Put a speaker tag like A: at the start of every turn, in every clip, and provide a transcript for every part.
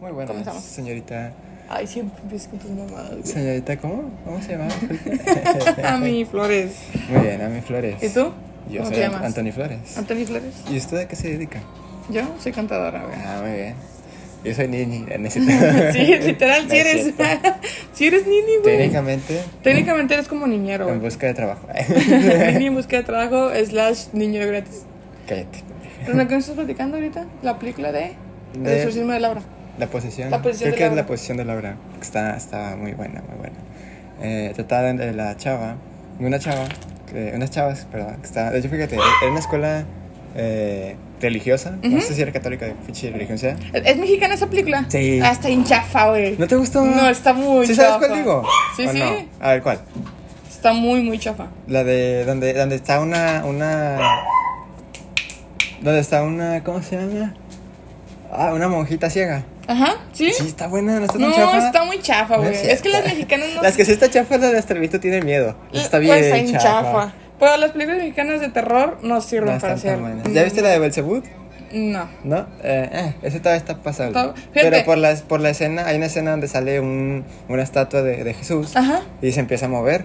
A: Muy buenas.
B: Comenzamos.
A: Señorita.
B: Ay, siempre empiezo con tus mamadas. güey.
A: Señorita, ¿cómo? ¿Cómo se llama?
B: Ami Flores.
A: Muy bien, Ami Flores.
B: ¿Y tú?
A: Yo
B: ¿Cómo
A: soy
B: te llamas?
A: Anthony Flores.
B: Anthony Flores.
A: ¿Y usted a qué se dedica?
B: Yo soy cantadora, güey.
A: Ah, muy bien. Yo soy Nini. eh, necesito-
B: Sí, literal,
A: No
B: si
A: es
B: eres.
A: cierto.
B: si eres nini, güey.
A: Técnicamente,
B: Técnicamente eres como niñero,
A: en
B: güey.
A: busca de trabajo.
B: Nini en busca de trabajo, slash niño gratis.
A: Cállate.
B: ¿Pero no que estás platicando ahorita? La película de. El
A: De-
B: exorcismo de Laura.
A: La posición.
B: La posición
A: creo
B: de
A: que es
B: Laura.
A: la posición de Laura. que Está, estaba muy buena, muy buena. Eh, trataba de la chava, de una chava, que- unas chavas, perdón, que estaba, de hecho, fíjate, era una escuela eh, religiosa, no
B: Ujú.
A: sé si era católica, de pinche religión sea.
B: ¿Es es mexicana esa película?
A: Sí.
B: Ah, está hinchafa, güey.
A: ¿No te gustó?
B: No, está muy
A: ¿Sí
B: chafa.
A: sabes cuál digo?
B: Sí,
A: ¿O
B: sí.
A: no? A ver, ¿cuál?
B: Está muy, muy chafa.
A: La de donde, donde está una, una, donde está una, ¿cómo se llama? Ah, una monjita ciega.
B: Ajá, ¿sí?
A: Sí, está buena, no está tan
B: no,
A: chafa.
B: está muy chafa,
A: No
B: güey.
A: es
B: es que las
A: cierta.
B: mexicanas no
A: Las que sí está chafa, las de Astralito tienen miedo. Está bien
B: Pues, en
A: chafa.
B: Pero las películas mexicanas de terror no
A: No
B: sirven
A: están
B: para
A: tan
B: hacer. Mm,
A: buenas. ¿Ya viste la de Belzebut?
B: No.
A: No, eh, eh, esa todavía está pasable.
B: Está- fíjate.
A: Pero por la, por la escena, hay una escena donde sale un, una estatua de, de Jesús
B: Ajá.
A: y se empieza a mover.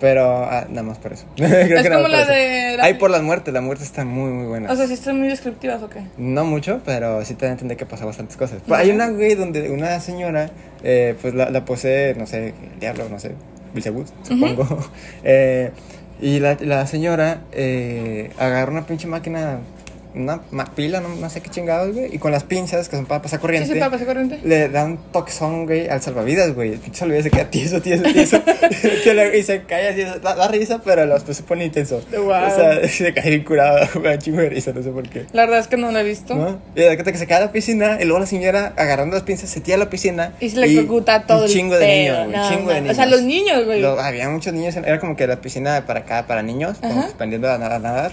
A: Pero ah, nada más por eso. Creo
B: Es como
A: nada más por
B: la
A: eso.
B: de la-
A: Ay, por las muertes, la muerte está muy, muy buena.
B: O sea, si están muy descriptivas o qué.
A: No mucho, pero sí te da a entender que pasa bastantes cosas. Pero hay una güey donde una señora, eh, pues la, la posee, no sé, el diablo, no sé, Belzebú, supongo. Eh, y la, la señora eh, agarra una pinche máquina, una ma- pila, no, no sé qué chingados, güey, y con las pinzas que son para pasar
B: Sí,
A: corriente.
B: sí, para pasar corriente.
A: Le da un toxón, güey, al salvavidas, güey. El pinche salvavidas se queda tieso, tieso, tieso. Se le- y se cae así, da, da risa, pero los, pues, se pone intenso.
B: Wow.
A: O sea, se cae bien curado, güey, un chingo de risa, no sé por qué.
B: La verdad es que no la he visto.
A: ¿No? Y de cuenta que se cae a la piscina y luego la señora agarrando las pinzas se tira a la piscina
B: Y se le ejecuta todo
A: un
B: el
A: chingo de
B: pedo.
A: niños, güey,
B: No,
A: un chingo de
B: no. O
A: niños.
B: sea, los niños, güey.
A: Lo- había muchos niños, en- era como que la piscina para acá, para niños, como
B: Ajá.
A: expandiendo a, na- a nadar.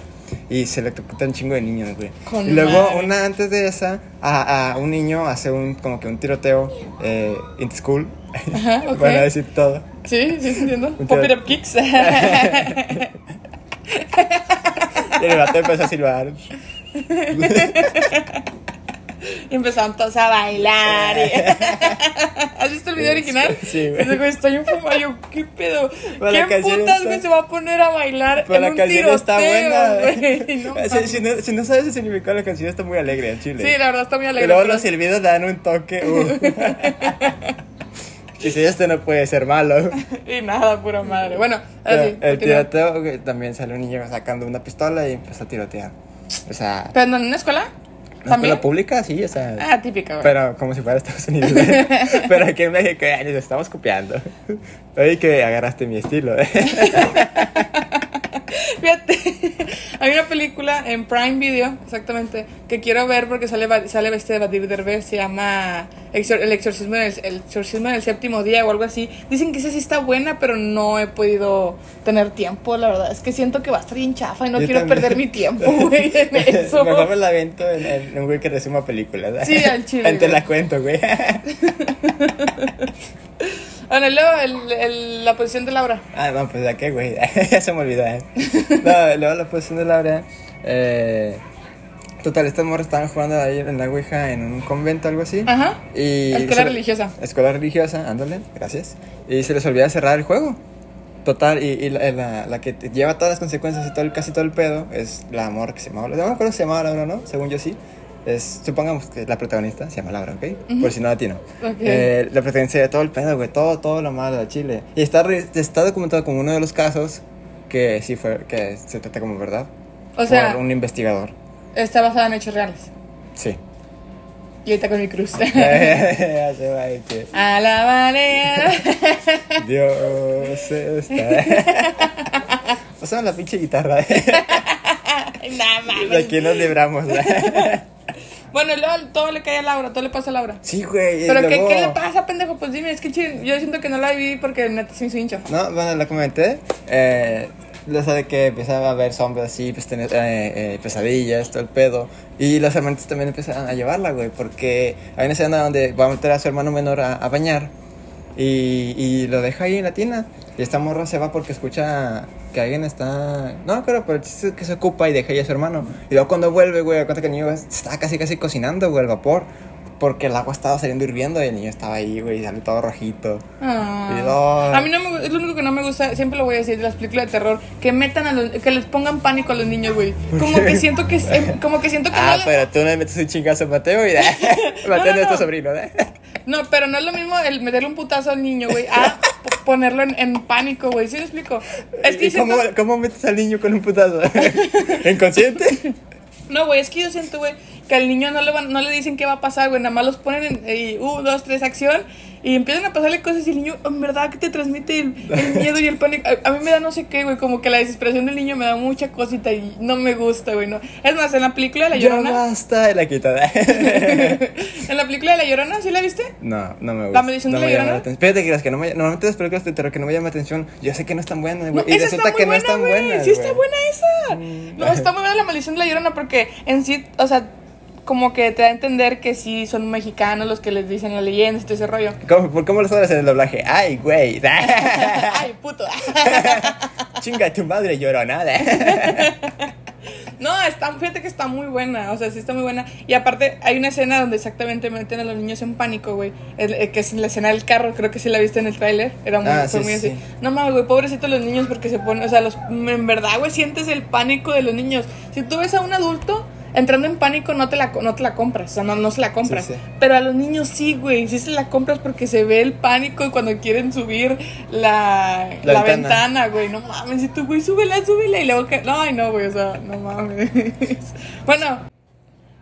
A: Y se electrocuta un chingo de niños, güey.
B: Con
A: Y luego,
B: madre.
A: una antes de esa, a, a un niño hace un, como que un tiroteo eh, in the school.
B: Ajá, ok.
A: Van a decir todo.
B: Sí, sí, entiendo.
A: Un
B: Pop it
A: teatro.
B: up kicks.
A: Y el vato empezó a silbar.
B: y empezaron todos a bailar. y- ¿Has visto el video
A: Sí,
B: original?
A: sí, güey.
B: Ese Estoy un fumado. Yo, ¿qué pedo?
A: Pero la
B: ¿Qué
A: canción
B: putas,
A: está-
B: güey, se va a poner a bailar
A: Pero
B: en
A: la
B: un
A: canción
B: tiroteo,
A: está buena.
B: güey? No
A: si, si no, si no sabes el significado, la canción está muy alegre en Chile.
B: Sí, la verdad está muy alegre.
A: Y luego
B: pero-
A: los silbidos dan un toque. uh. y si este no puede ser malo.
B: Y nada, pura madre. Bueno, ahora Ah, sí.
A: Pero el
B: continúa.
A: tiroteo que también sale un niño sacando una pistola y empieza a tirotear. O sea,
B: ¿Pero no, en una escuela?
A: la
B: ¿También?
A: escuela pública, sí, o sea.
B: Ah, típica, güey.
A: Pero como si fuera Estados Unidos. ¿eh? Pero aquí en México ya nos estamos copiando. Oye, que agarraste mi estilo. ¿eh?
B: Fíjate, hay una película en Prime Video, exactamente, que quiero ver porque sale, Ba- sale este de Badir Derbez, se llama Exor- El exorcismo, en el, el exorcismo en el séptimo día o algo así. Dicen que esa sí está buena, pero no he podido tener tiempo, la verdad. Es que siento que va a estar bien chafa y no
A: Yo
B: quiero
A: también.
B: perder mi tiempo, güey, en eso.
A: Mejor me la avento en, en un güey que resuma películas. ¿eh?
B: Sí, al chile,
A: Te la
B: güey.
A: cuento, güey.
B: Bueno, y luego el- el- la posición de Laura.
A: Ah, no, pues ya qué, güey. ya se me olvidó, ¿eh? No, luego la posición de Laura. Eh, total, estas morras estaban jugando ahí en la Ouija en un convento algo así.
B: Ajá.
A: Y
B: Escuela
A: se le-
B: religiosa.
A: Escuela religiosa, ándale, gracias. Y se les olvida cerrar el juego. Total, y, y la, eh, la- la que te lleva todas las consecuencias y todo el, casi todo el pedo es la amor que se llamaba. Laura. No me acuerdo si se llamaba Laura o no, según yo sí. Es, supongamos que la protagonista se llama Laura, ¿ok? Por si no la tiene.
B: Ok.
A: Eh, la preferencia de todo el pedo, güey, todo, todo lo malo de Chile. Y está, re- está documentado como uno de los casos que sí fue, que se trata como verdad.
B: O sea,
A: por un investigador.
B: está basada en hechos reales.
A: Sí.
B: Y ahorita con mi cruz.
A: Ya se va, eh, que
B: A la manera.
A: Dios está. O sea, la pinche guitarra. eh.
B: Nada
A: De aquí nos libramos. eh.
B: Bueno, y luego todo le cae a Laura, todo le pasa a Laura.
A: Sí, güey. y
B: Pero ¿qué,
A: luego-
B: qué le pasa, pendejo? Pues dime, es que chile, yo siento que no la viví porque neta soy su hincha.
A: No, bueno, lo comenté. Eh, lo sabe que empezaba a ver sombras así, pues tener eh, eh, pesadillas, todo el pedo. Y los hermanos también empezaron a llevarla, güey, porque hay una escena donde va a meter a su hermano menor a, a bañar y, y lo deja ahí en la tina. Y esta morra se va porque escucha que alguien está. No, claro, pero el chiste es que se ocupa y deja ahí a su hermano. Y luego cuando vuelve, güey, da cuenta que el niño está casi, casi cocinando, güey, al vapor. porque el agua estaba saliendo hirviendo y el niño estaba ahí, güey, y sale todo rojito.
B: Ah.
A: Y no.
B: A mí no me, es lo único que no me gusta, siempre lo voy a decir de las películas de terror, que metan a los, que les pongan pánico a los niños, güey. Como que siento que, es- eh, como que siento que
A: Ah,
B: no, le-
A: pero tú no le metes un chingazo a Mateo y
B: No,
A: Mateo
B: no,
A: es nuestro
B: no.
A: sobrino, ¿eh?
B: no, pero no es lo mismo el meterle un putazo al niño, güey, a p- ponerlo en, en pánico, güey. ¿Sí me explico? Es que
A: ¿Y cómo,
B: siento,
A: cómo metes al niño con un putazo? ¿Inconsciente?
B: no, güey, es que yo siento, güey, que al niño no le van, no le dicen qué va a pasar, güey, nada más los ponen en y, uh, dos, tres, acción. Y empiezan a pasarle cosas y el niño, en verdad, que te transmite el, el miedo y el pánico. A, a mí me da no sé qué, güey, como que la desesperación del niño me da mucha cosita y no me gusta, güey, no. Es más, en la película de La
A: Ya
B: Llorona...
A: basta de la quitada.
B: en la película de La Llorona, ¿sí la viste?
A: No, no me gusta.
B: maldición
A: no
B: de la
A: me llama
B: llorona?
A: la atención. Fíjate que las que no me normalmente las películas de terror que no me llaman la atención, yo sé que no están buenas, güey. y
B: esa
A: resulta que no están
B: güey.
A: buenas.
B: Sí
A: güey. Mm.
B: está buena esa. No, está muy buena la maldición de la llorona porque en sí, o sea, como que te da a entender que sí son mexicanos los que les dicen la leyenda y todo ese rollo.
A: ¿Cómo, por ¿Cómo lo sabes en el doblaje? Ay, güey.
B: Ay, puto.
A: Chinga tu madre llorona.
B: No, está, fíjate que está muy buena, o sea, sí está muy buena. Y aparte hay una escena donde exactamente meten a los niños en pánico, güey. El- eh, Que es la escena del carro, creo que sí la viste en el tráiler. Era muy,
A: Ah,
B: fue
A: sí,
B: muy
A: sí.
B: así. No mames, güey, pobrecitos los niños porque se ponen, o sea, los, en verdad, güey, sientes el pánico de los niños. Si tú ves a un adulto entrando en pánico, no te la, co- no te la compras, o sea, no, no se la compras.
A: Sí, sí.
B: Pero a los niños sí, güey, sí se la compras porque se ve el pánico y cuando quieren subir la,
A: La
B: la,
A: ventana.
B: ventana. Ah, güey, no mames, si tú, güey, súbela, súbela y luego que... No, ay, no, güey, o sea, no mames. bueno,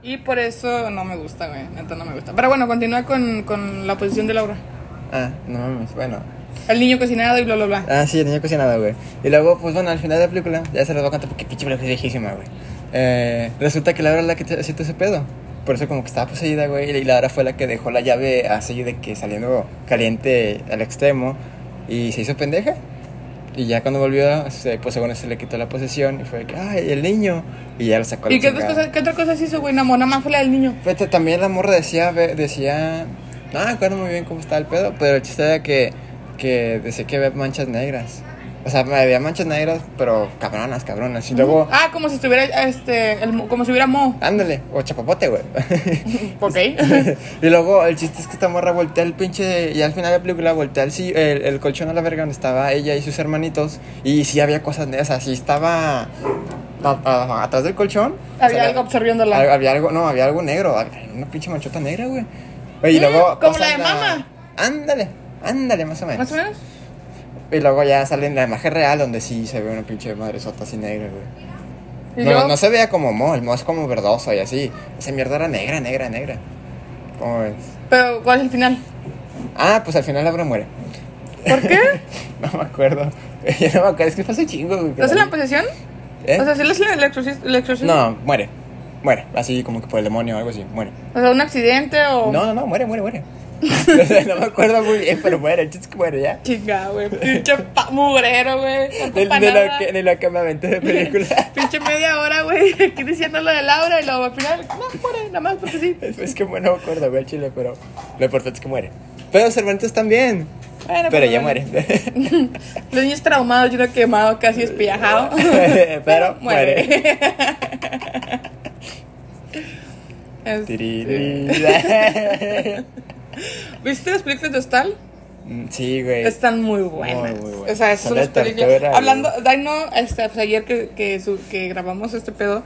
B: y por eso no me gusta, güey, neta no me gusta. Pero bueno, continúa con, con la posición de Laura.
A: ah, no mames. Bueno.
B: El niño cocinado y bla, bla, bla.
A: Ah, sí, el niño cocinado, güey. Y luego, pues bueno, al final de la película, ya se los voy a contar porque pinche película es viejísima, güey. Eh, resulta que Laura es la que te- siente ese pedo. Por eso como que estaba poseída, güey. Y Laura fue la que dejó la llave así de que saliendo caliente al extremo. Y se hizo pendeja. Y ya cuando volvió, se- pues según eso le quitó la posesión. Y fue de que, ay, el niño. Y ya lo sacó a la
B: ¿Y qué otras
A: chingada.
B: cosas- qué otra cosa se hizo, güey? No, mo- nada más fue la del niño.
A: Pues, t- también la morra decía, ve- decía, no me acuerdo muy bien cómo estaba el pedo, pero el chiste era que, que decía que había manchas negras. O sea, había manchas negras, pero cabronas, cabronas. Y luego,
B: Ah, como si estuviera, este, el mo- como si hubiera mo.
A: ándale, o chapapote, güey.
B: Ok.
A: y luego el chiste es que esta morra voltea el pinche. Y al final de la película voltea el, si- el, el colchón a la verga donde estaba ella y sus hermanitos. Y sí había cosas negras, así estaba a- a- atrás del colchón. o
B: Había
A: sea,
B: algo absorbiéndola.
A: Al- Había algo, no, había algo negro, había una pinche manchota negra, güey. Oye, y
B: Mm,
A: luego.
B: como
A: pasan
B: la de Mama.
A: Ándale, ándale, más o menos.
B: ¿Más o menos?
A: Y luego ya sale en la imagen real donde sí se ve una pinche madresota así negra, güey.
B: Y
A: No,
B: luego-
A: no se veía como mo, el mo es como verdoso y así. Esa mierda era negra, negra, negra. ¿Cómo ves?
B: Pero, ¿cuál es el final?
A: Ah, pues al final Laura muere.
B: ¿Por qué?
A: No me acuerdo. Ya no me acuerdo, es que pasa chingo, güey. que
B: ¿No es la
A: la-
B: posesión?
A: ¿Eh?
B: O sea, ¿sí es el exorcismo? el exorcismo?
A: No, muere. Muere, así como que por el demonio o algo así, muere.
B: O sea, un accidente o...
A: No, no, no, muere, muere, muere. O sea, no me acuerdo muy bien, pero muere, el chiste es que muere ya.
B: Chinga, güey. Pinche pa- mugrero, güey. Tanto
A: De,
B: pa'
A: de lo
B: nada.
A: que, de lo que me aventé de película.
B: Pinche media hora, güey. Aquí diciendo lo de Laura y luego al final. No, muere, nada más porque sí.
A: Es que bueno, no me acuerdo, güey, el chile, pero lo importante es que muere. Pero Cervantes también.
B: Bueno, pues,
A: Pero ya
B: bueno.
A: muere.
B: Los niños traumados, yo no quemado, casi espillajado.
A: Pero muere.
B: Es-
A: Tiriri.
B: ¿Viste las películas de Hostal?
A: Mm, Sí, güey.
B: Están muy buenas.
A: Muy, muy buenas.
B: O sea,
A: Son
B: son
A: de
B: las películas.
A: tortura, güey.
B: Hablando, Dino, este, pues ayer que, que, su- que grabamos este pedo,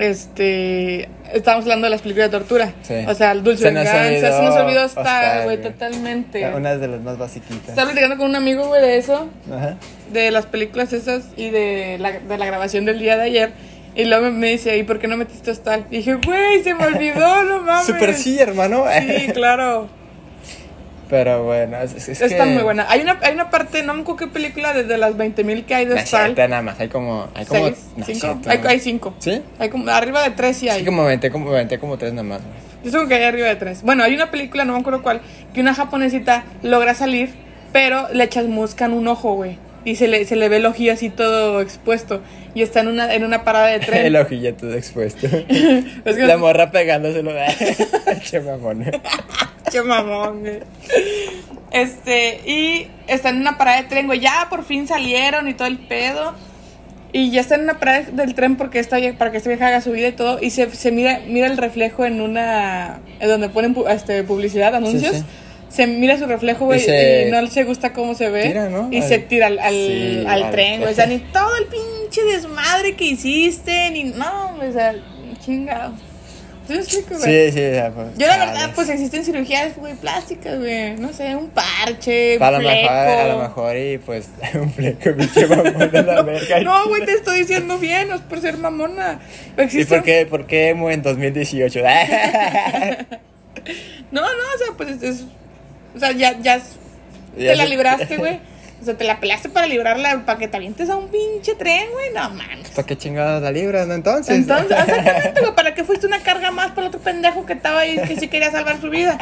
B: este, estábamos hablando de las películas de tortura.
A: Sí.
B: O sea, el Dulce
A: Se nos
B: Venganza,
A: olvidó
B: se nos olvidó
A: Hostal,
B: estar, güey,
A: güey.
B: totalmente.
A: Ah, Una de las más basiquitas.
B: Estaba platicando con un amigo, güey, de eso,
A: Ajá.
B: de las películas esas y de la, de la grabación del día de ayer. Y luego me- me dice, ¿y por qué no metiste Hostal? Y dije, güey, se me olvidó, no mames.
A: Super sí, hermano.
B: Sí, claro.
A: Pero bueno, es, es- es
B: Está
A: que-
B: muy buena. Hay una, hay una parte, no me acuerdo qué película, desde las 20.000 que hay
A: No
B: de
A: es
B: Star.
A: cierto, nada más. Hay como. Hay como
B: Seis,
A: no es
B: cinco.
A: cierto.
B: Hay, hay cinco.
A: ¿Sí?
B: Hay como, arriba de tres sí hay.
A: Sí, como aventé como, aventé como tres nada más, güey.
B: Yo supongo que hay arriba de tres. Bueno, hay una película, no me acuerdo cuál, que una japonesita logra salir, pero le chasmuscan un ojo, güey. Y se le, se le ve el ojillo así todo expuesto. Y está en una, en una parada de tren.
A: El ojillo todo expuesto.
B: Es que-
A: La morra pegándoselo. che mamón.
B: Qué mamón, güey. Este, y están en una parada de tren, güey. Ya por fin salieron y todo el pedo. Y ya está en una parada del tren porque esta vie- para que esta vieja haga su vida y todo. Y se, se mira, mira el reflejo en una. en donde ponen pu- este, publicidad, anuncios.
A: sí.
B: Se mira su reflejo, güey, y,
A: Y se-
B: no se gusta cómo se ve.
A: Tira, ¿no?
B: Y
A: Al-
B: se tira al, al,
A: Sí,
B: al
A: al-
B: tren, güey. O sea, ni todo el pinche desmadre que hiciste, ni. No, güey, o sea, chingado. ¿Sí me explico, güey?
A: Sí, sí, o sea, pues,
B: Yo la
A: chales.
B: verdad, pues existen cirugías, güey, plásticas, güey. No sé, un parche,
A: A lo
B: un fleco.
A: mejor, a lo mejor, y pues, un fleco, pinche mamón de la verga.
B: No, güey, te estoy diciendo bien, no es por ser mamona.
A: ¿Y
B: Existe
A: por qué, por qué emo en 2018?
B: No, no, o sea, pues es, es- o sea, ya, ya, es- te la libraste, güey. O sea, te la pelaste para librarla, para que te avientes a un pinche tren, güey. No mames.
A: ¿Para Pues, qué chingados la libras, no? Entonces.
B: Entonces, exactamente, güey, ¿para qué fuiste una carga más para el otro pendejo que estaba ahí que sí quería salvar su vida?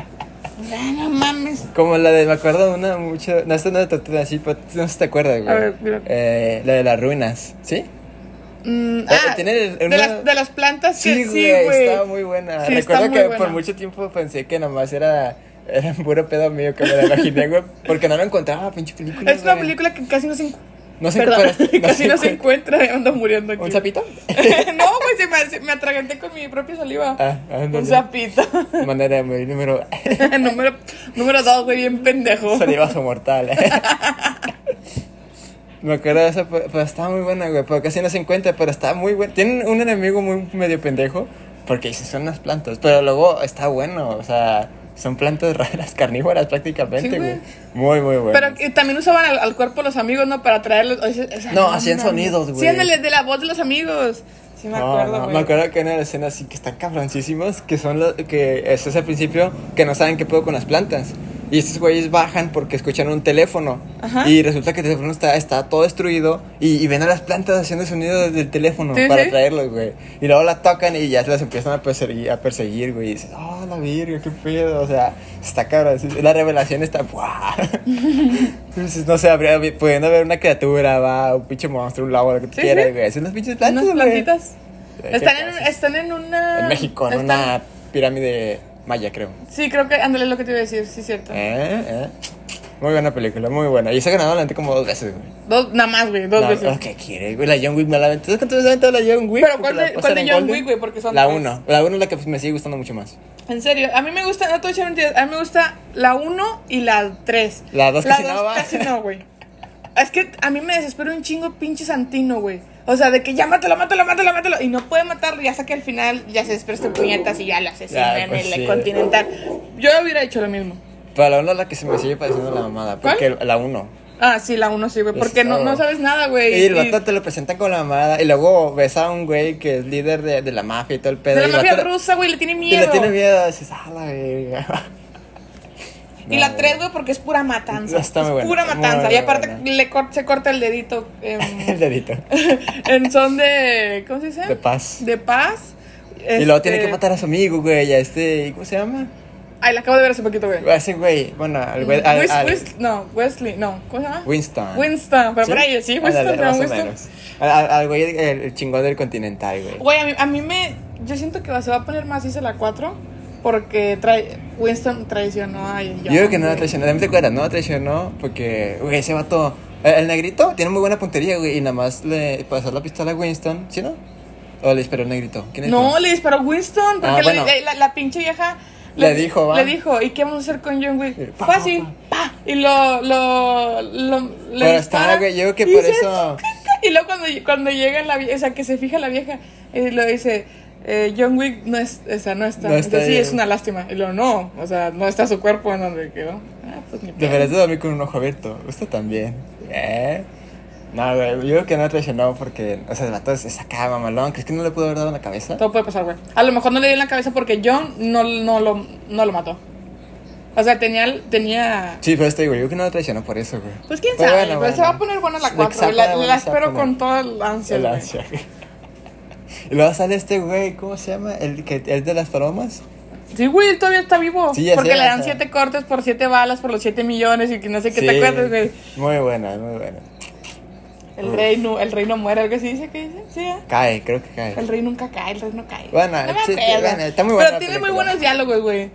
B: O sea, no mames.
A: Como la de, me acuerdo de una mucho, no, esta no la traté así, pero tú no sé si te acuerdas, güey.
B: A ver, mira.
A: Eh, la de las ruinas, ¿sí?
B: Mm,
A: Eh,
B: ah,
A: tiene el-
B: de,
A: una-
B: las, de las plantas que
A: Sí,
B: sí,
A: güey,
B: güey.
A: estaba muy buena.
B: Sí, está
A: Recuerdo
B: muy
A: que
B: buena.
A: por mucho tiempo pensé que nomás era, era un puro pedo mío que me la imaginé, güey, porque no lo encontraba, pinche película.
B: Es una
A: güey.
B: película que casi no se, encu-
A: No se
B: Perdón,
A: encuentra-
B: casi no se
A: encuentra.
B: encuentra, ando muriendo aquí.
A: ¿Un sapito?
B: no, güey, se me, se me atraganté con mi propia saliva.
A: Ah, ándale.
B: Un sapito.
A: Manera de morir número.
B: número, número dos, güey, bien pendejo.
A: Salivazo mortal.
B: eh.
A: Me acuerdo de esa, pe- pero estaba muy buena, güey. Pero casi no se encuentra, pero está muy buena. Tienen un enemigo muy medio pendejo, porque dicen son las plantas. Pero luego está bueno, o sea, son plantas raras, carnívoras prácticamente,
B: Sí, güey.
A: güey. Muy, muy bueno.
B: Pero eh, también usaban al, al cuerpo los amigos, ¿no? Para traerlos. o sea, o sea,
A: No, hacían
B: mames.
A: sonidos, güey.
B: Sí, ándale, de la voz de los amigos. Sí, me
A: No,
B: acuerdo,
A: Ah, no,
B: güey.
A: me acuerdo que hay una escena así que están cabroncísimos, que son los que eso es al principio, que no saben qué puedo con las plantas. Y estos güeyes bajan porque escuchan un teléfono.
B: Ajá.
A: Y resulta que el teléfono está, está todo destruido. Y, y ven a las plantas haciendo sonido desde el teléfono
B: Sí,
A: para
B: sí.
A: traerlos, güey. Y luego la tocan y ya se las empiezan a perseguir, a perseguir güey. Y dices, oh, la virgen, qué pedo. O sea, está cabrón. La revelación está, ¡buah! Entonces, no sé, habría, pudiendo haber una criatura, va, un pinche monstruo, un lobo, lo que tú
B: Sí,
A: quieras,
B: sí.
A: güey. Son las pinches plantas,
B: Unas
A: güey.
B: plantitas.
A: ¿Qué
B: Están en,
A: pasa?
B: están en una.
A: En México, en
B: están-
A: una pirámide maya, creo.
B: Sí, creo que. Ándale, es lo que te iba a decir, sí, cierto.
A: Eh, eh. Muy buena película, muy buena. Y se ha ganado la gente como dos veces, güey.
B: Dos, nada más, güey, dos
A: No,
B: veces.
A: no, ¿Qué quiere, güey? La John Wick me la aventé. ¿Sabes cuántas veces he aventado la John Wick?
B: Pero,
A: Porque
B: ¿cuál
A: la
B: de-
A: pasan
B: cuál de
A: en
B: John
A: Golden.
B: Wick, güey? Porque son
A: La
B: tres.
A: 1. La 1 es la que pues, me sigue gustando mucho más.
B: En serio, a mí me gusta, no te voy a echar mentiras, a mí me gusta la 1 y la 3.
A: La dos casi no va.
B: casi no, güey. Es que a mí me desespera un chingo pinche Santino, güey. O sea, de que ya mátalo, mátalo, mátalo, mátalo. Y no puede matarlo, ya hasta que al final ya se despresta en puñetas y ya lo asesinan
A: Ya, pues,
B: en el
A: sí.
B: continental. Yo hubiera hecho lo mismo.
A: Pero la 1 es la que se me sigue pareciendo la mamada.
B: ¿Cuál?
A: Porque la 1.
B: Ah, sí, la 1 sí, güey.
A: Pues,
B: Porque no,
A: no.
B: no sabes nada, güey.
A: Y el
B: Y-
A: vato te lo presentan con la mamada. Y luego ves a un güey que es líder de, de la mafia y todo el pedo.
B: de la
A: y el
B: mafia
A: vato-
B: rusa, güey, le tiene
A: Y
B: miedo.
A: le tiene miedo. Dices, ah, la verga.
B: Y
A: No,
B: la 3, güey, porque es pura matanza.
A: Está muy
B: es
A: buena,
B: pura
A: muy
B: matanza. y aparte
A: buena.
B: le cor- se corta el dedito. em,
A: El dedito.
B: en son de. ¿Cómo se dice?
A: De paz.
B: De paz.
A: Y luego tiene
B: Este,
A: que matar a su amigo, güey, a este, ¿cómo se llama?
B: Ay, la acabo de ver hace poquito, güey.
A: A ese güey, bueno, al güey, al-
B: Wes-
A: al-
B: Wes- no, Wesley, no. ¿Cómo se llama?
A: Winston.
B: Winston, pero por ahí, sí, Winston,
A: Ándale,
B: pero
A: más o
B: Winston.
A: menos. Al, al- al güey, el, el chingón del continental, güey.
B: Güey, a mí, a mí me. Yo siento que se va a poner más, dice la 4. Porque trae, Winston traicionó a John.
A: Yo creo que no la
B: güey.
A: traicionó, también te acuerdas, no la traicionó porque, güey, ese vato, el, el negrito tiene muy buena puntería, güey, y nada más le pasó la pistola a Winston, ¿sí no? O le esperó el negrito, ¿quién es?
B: No, le disparó Winston. Porque
A: Ah, bueno.
B: le- eh, la, la pinche vieja.
A: Le dijo, va. Eh,
B: Le dijo, ¿y qué vamos a hacer con John Wick?
A: Pa,
B: Fácil. pa. Y lo. lo, lo le
A: Pero está,
B: dispara.
A: güey, yo creo que
B: Y
A: por
B: se
A: eso...
B: Y luego cuando, cuando llega la vieja, o sea, que se fija la vieja y lo dice, eh, John Wick no, es, o sea, no está.
A: No está
B: Dice, sí,
A: bien.
B: es una lástima. Y lo no, o sea, no está su cuerpo en donde quedó. Ah, pues ni pedo.
A: Deberías de dormir con un ojo abierto. Usted también. ¿Eh? No, güey, yo creo que no traicionó porque, o sea, el vato se sacaba mamalón. ¿Crees que no le pudo haber dado en la cabeza?
B: Todo puede pasar, güey. A lo mejor no le dio en la cabeza porque John no, no, lo, no lo mató. O sea, tenía... tenía
A: Sí, pero estoy, güey, yo creo que no lo traicionó por eso, güey.
B: pues quién
A: Pero
B: sabe,
A: bueno,
B: pero se va a
A: bueno.
B: poner buena la
A: Se-
B: 4.
A: se
B: La,
A: pone
B: la
A: buena, se va a
B: espero
A: poner.
B: con toda la ansia.
A: El
B: güey.
A: ansia, güey. Y luego sale este güey, ¿cómo se llama? ¿El, que, el de las palomas?
B: Sí, güey, él todavía está vivo.
A: Sí, ya
B: porque
A: sé,
B: le
A: o
B: dan
A: sea.
B: 7 cortes por 7 balas, por los 7 millones y que no sé qué te
A: Sí.
B: acuerdas, güey.
A: Muy buena, muy buena.
B: El reino, el reino muere, algo así dice, ¿qué dice? Sí, ¿eh?
A: Cae, creo que cae.
B: El rey nunca cae, el rey no cae.
A: Bueno,
B: no me
A: sí,
B: acuerdo.
A: bueno, está muy buena
B: Pero
A: la
B: tiene muy
A: película.
B: buenos diálogos, güey.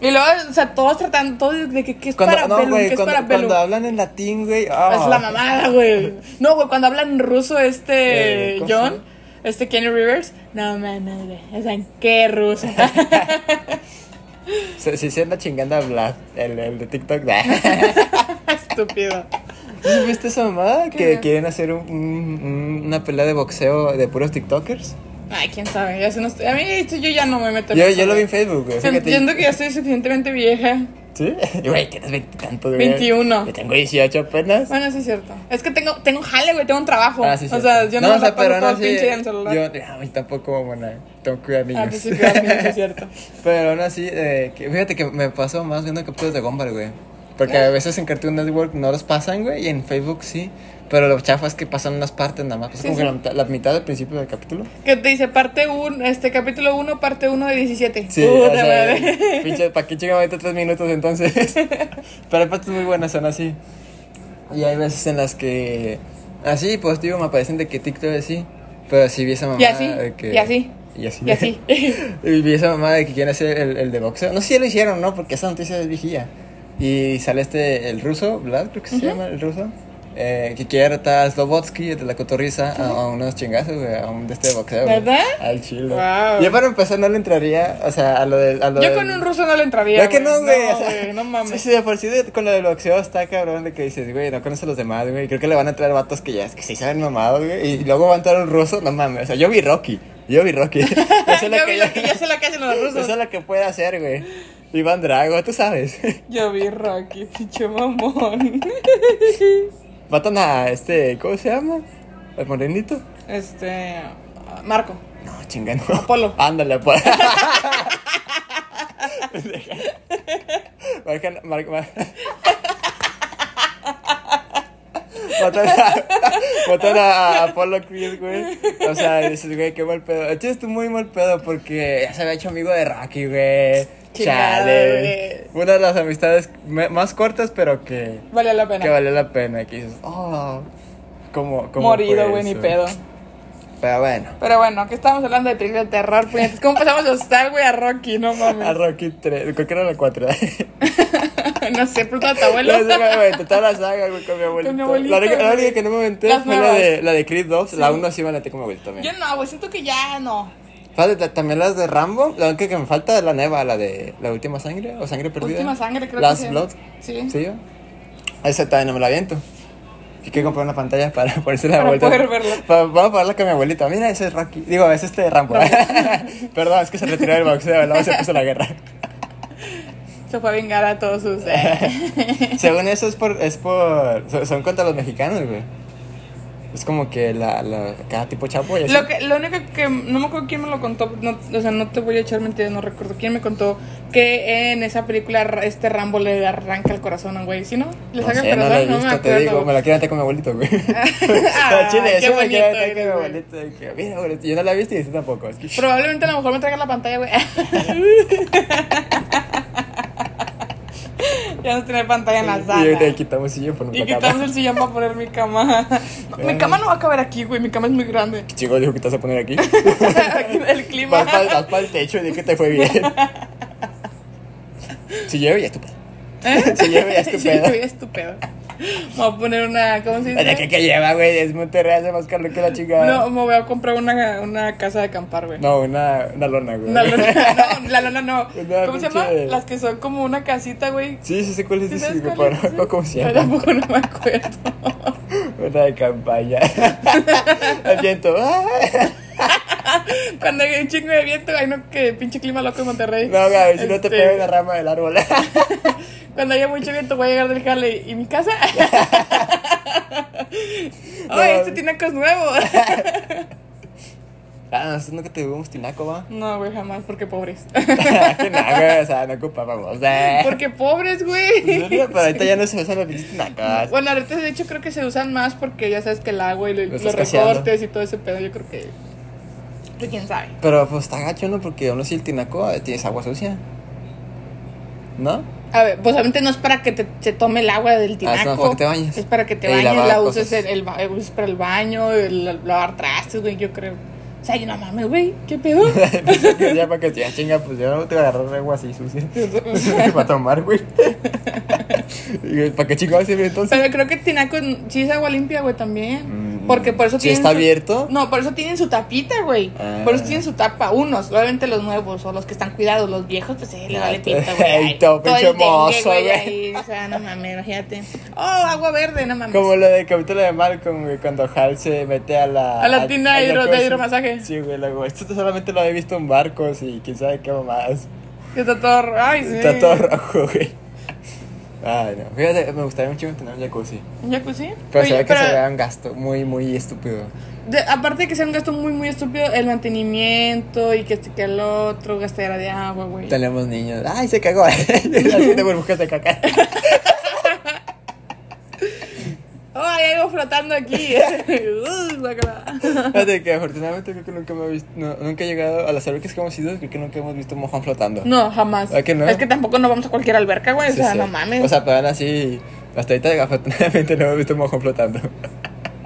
B: Y luego, o sea, todos tratando, todos de que, que es
A: Cuando,
B: para
A: no,
B: Belum,
A: güey,
B: que es
A: cuando,
B: para
A: cuando
B: Belum.
A: hablan en latín, güey. ah.
B: Es la mamada, güey. No, güey, cuando hablan en ruso este
A: Eh, ¿cómo se
B: John,
A: llama?
B: este Kenny Rivers, no mames, güey. O sea, qué ruso.
A: Se, se, se anda chingando a Vlad, el, el de TikTok.
B: Estúpido.
A: ¿No viste esa mamada?
B: ¿Qué?
A: Que quieren hacer un- un- una pelea de boxeo de puros TikTokers.
B: Ay, quién sabe. Ya se nos... A mí esto yo ya no me meto en
A: Yo,
B: eso,
A: yo lo vi
B: güey.
A: en Facebook, güey. fíjate.
B: Entiendo que ya estoy suficientemente vieja.
A: ¿Sí? Y, Güey, tienes veintitantos, güey.
B: 21.
A: Yo tengo 18 apenas.
B: Bueno, sí es cierto. Es que tengo, tengo jale, güey, tengo un trabajo.
A: Ah, sí,
B: o
A: cierto.
B: sea, yo no, me
A: o sea, pero
B: todo el
A: aún
B: pinche día en el
A: así,
B: celular.
A: Yo, ah, güey, tampoco, bueno, tengo que cuidar niños.
B: Al principio, al principio, sí es cierto.
A: Pero aún así, eh, que- fíjate que me pasó más viendo capítulos de Gumball, güey. Porque
B: Ah.
A: a veces en Cartoon Network no los pasan, güey, y en Facebook sí. Pero lo chafa es que pasan unas partes nada más. Pasan
B: Sí,
A: como
B: sí.
A: que la mitad, la mitad del principio del capítulo.
B: Que te dice parte 1, este capítulo 1, parte 1 de 17.
A: Sí,
B: Puta
A: o sea, eh.
B: madre.
A: pinche, ¿para qué chingamos ahorita tres minutos entonces? Pero hay partes muy buenas, son así. Y hay veces en las que, así, pues, digo, me aparecen de que TikTok así. Pero sí vi esa mamá
B: Y así,
A: de que...
B: y así,
A: Y así.
B: Y así.
A: Y vi esa mamá de que quieren hacer el, el de boxeo. No sé si lo hicieron, ¿no? Porque esa noticia es vigía. Y sale este, el ruso, Vlad, creo que se llama, el ruso. eh, que quiere retar a Slobotsky, el de la cotorriza, a, a unos chingazos, güey, a un de este de boxeo. güey.
B: ¿Verdad?
A: Al chile.
B: Wow.
A: Yo para empezar no le entraría, o sea, a lo del... A lo
B: Yo
A: del-
B: con un ruso no le entraría.
A: ¿Verdad que no, güey?
B: No,
A: O sea,
B: güey, no mames.
A: Sí, sí, de por sí de- con lo del boxeo está cabrón de que dices, güey, no conoces a los demás, güey. Creo que le van a traer vatos que ya es que sí saben mamados, güey. Y luego va a entrar un ruso, no mames. O sea, yo vi Rocky. Yo vi Rocky. Yo sé lo
B: yo
A: que
B: vi lo que yo sé lo que hacen los
A: yo sé
B: rusos.
A: lo que puede hacer, güey. Iván Drago, tú sabes.
B: Yo vi Rocky, pinche mamón.
A: Matan a este, ¿cómo se llama? ¿Al morenito?
B: Este. Marco.
A: No, chingando.
B: Apolo.
A: Ándale, pues. Apolo. Marcan, mar, mar- Matan a, matan a Apollo Creed, güey. O sea, dices, güey, qué mal pedo. Yo estoy muy mal pedo porque ya se había hecho amigo de Rocky, güey.
B: Chingada,
A: Chale. Una de las amistades me- más cortas, pero que,
B: Vale la pena.
A: que valió la pena. Que dices, oh, como, como. pues, eh.
B: Morido, güey, ni pedo.
A: Pero bueno.
B: Pero bueno, que estábamos hablando de películas de terror, puñetas. ¿Cómo pasamos de hostal, güey, a Rocky? No
A: A
B: mames.
A: Ah, Rocky 3, creo que era la 4.
B: no sé, por tu abuelo.
A: No sé, me aventé toda la saga, güey, con mi abuelito.
B: Con mi abuelito,
A: la, única, la
B: güey.
A: única que no me aventé
B: Las
A: fue la
B: nuevas.
A: de, la de Creed 2. La 1 sí me la aventé con mi abuelito
B: Yo
A: también.
B: no, güey, siento que ya no.
A: Fíjate, ta- también las de Rambo. La única que me falta es la nueva, la de la última sangre o sangre perdida.
B: Última sangre, creo
A: Last
B: que sí.
A: Blood.
B: Sí.
A: Sí, yo. Esa también no me la aviento. Y que comprar una pantalla para ponerse la
B: Para
A: vuelta.
B: poder verla.
A: Para, para poderla con mi abuelito. Mira, ese es Rocky. Digo, ese es este Rambo. Perdón, es que se retiró del boxeo. Luego se puso la guerra.
B: Se fue a vingar a todos sus. eh.
A: Según eso es por, es por so- son contra los mexicanos, güey. Es como que la, la cada tipo chapo y así.
B: Lo, que, lo único que no me acuerdo quién me lo contó, no, o sea, no te voy a echar mentiras, no recuerdo quién me contó que en esa película ra- este Rambo le arranca el corazón a un güey, ¿sí no? Le
A: no
B: saca
A: sé,
B: el
A: no la he
B: corazón,
A: visto,
B: no, me
A: te
B: acuerdo.
A: digo, me la quiero meter con mi abuelito, güey.
B: Ah,
A: No, chile,
B: qué
A: eso me quiero
B: bonito
A: meter con mi
B: eres, güey.
A: abuelito. de que, Mira, abuelito, yo no la he visto y tú tampoco. Es que,
B: Probablemente a lo mejor me traiga la pantalla, güey. ya no tiene pantalla en la sala.
A: Y pues, le quitamos sillón por
B: Y
A: nuestra
B: quitamos
A: cama.
B: el sillón para poner mi cama. No, mi cama no va a caber aquí, güey. Mi cama es muy grande.
A: Chico, dijo que te vas a poner aquí.
B: el clima.
A: vas para el techo y di que te fue bien. Si llueve, ya es tu pedo.
B: ¿Eh?
A: Si llueve, ya es tu
B: Sí, yo
A: pedo.
B: ya estupendo. Me voy a poner una. ¿Cómo se
A: Oye, ¿Qué
B: dice?
A: que lleva, güey? Es Monterrey, hace más calor que la chingada.
B: No, me voy a comprar una, una casa de acampar, güey.
A: No, una, una lona, güey.
B: Una lona, no, la lona no.
A: Una
B: ¿Cómo se llama?
A: pinche-
B: Las que son como una casita, güey.
A: Sí, sí sé cuál es
B: ¿Sí
A: ese,
B: sabes
A: güey,
B: cuál
A: pero
B: es ese?
A: no me acuerdo cómo se
B: Yo
A: llama.
B: tampoco no me acuerdo.
A: Una de campaña. El viento. ¡ah!
B: Cuando hay un chingo de viento, ay no, que pinche clima loco en Monterrey.
A: No, güey, si no
B: Este,
A: te pega en la rama del árbol.
B: Cuando haya mucho viento, voy a llegar del jale. ¿Y mi casa?
A: No,
B: Ay, este
A: mami.
B: tiene cosas nuevos.
A: Ah, nosotros nunca tuvimos tinaco, va.
B: No, güey, jamás, porque pobres.
A: Que no, güey, o sea, no ocupábamos. eh.
B: Porque pobres, güey.
A: Pero ahorita ya no se usan las pinches tinacas.
B: Bueno, ahorita de hecho creo que se usan más porque ya sabes que el agua y lo-
A: Lo
B: los
A: estás caseando.
B: recortes y todo ese pedo, yo creo que... Pero quién sabe.
A: Pero pues está gacho, ¿no? Porque aún así el tinaco eh, tienes agua sucia. ¿No?
B: A ver, pues obviamente no es para que te, se tome el agua del
A: Ah, es
B: tinaco.
A: para que te bañes.
B: Es para que te
A: Y
B: bañes,
A: lavar
B: la
A: cosas.
B: uses, en el, ba- uses para el baño, el, lavar trastes, güey, yo creo. O sea, yo no mames, güey, ¿qué pedo?
A: Pues, que ya para que ya chinga, pues yo no te voy a agarrar agua así sucia. para tomar, güey. Digo, ¿Para qué chingados sirve entonces?
B: Pero creo que Tinaco sí es agua limpia, güey, también. Porque por eso
A: Mm, ¿Sí está
B: su-
A: abierto?
B: No, por eso tienen su tapita, güey.
A: Ah.
B: Por eso tienen su tapa. Unos, obviamente los nuevos o los que están cuidados. Los viejos, pues eh, le vale pita, güey.
A: Ey,
B: Ay,
A: todo pinche
B: dengue,
A: mozo, güey.
B: ahí, O sea, no mames, imagínate. Oh, agua verde, no mames.
A: Como lo del capítulo de Malcolm, güey, cuando Hal se mete a la...
B: A la tina de hidro-
A: cosa.
B: de hidromasaje.
A: Sí, güey, luego, esto solamente lo había visto en barcos y quién sabe qué más.
B: Que está todo. ro- Ay, sí.
A: Está todo rojo, güey. Ay, no. Fíjate, me gustaría mucho tener un jacuzzi.
B: Un jacuzzi.
A: Pero
B: pues, Oye,
A: se ve que
B: pero
A: se vea un gasto muy, muy estúpido.
B: de- aparte de que sea un gasto muy, muy estúpido, el mantenimiento y que este que el otro, gastadera de agua, güey.
A: Tenemos niños. ¡Ay, se cagó! Haciendo burbujas de caca.
B: Oh, hay algo flotando aquí. Uy, guácala.
A: Fíjate que afortunadamente creo que nunca, me he visto, no, nunca he llegado a las albercas que hemos ido. Creo que nunca hemos visto un mojón flotando.
B: No, jamás.
A: ¿A que no?
B: Es que tampoco nos vamos a cualquier alberca, güey. O
A: Sí,
B: sea,
A: sí.
B: no mames.
A: O sea, pero aún así, hasta ahorita afortunadamente no hemos visto un mojón flotando.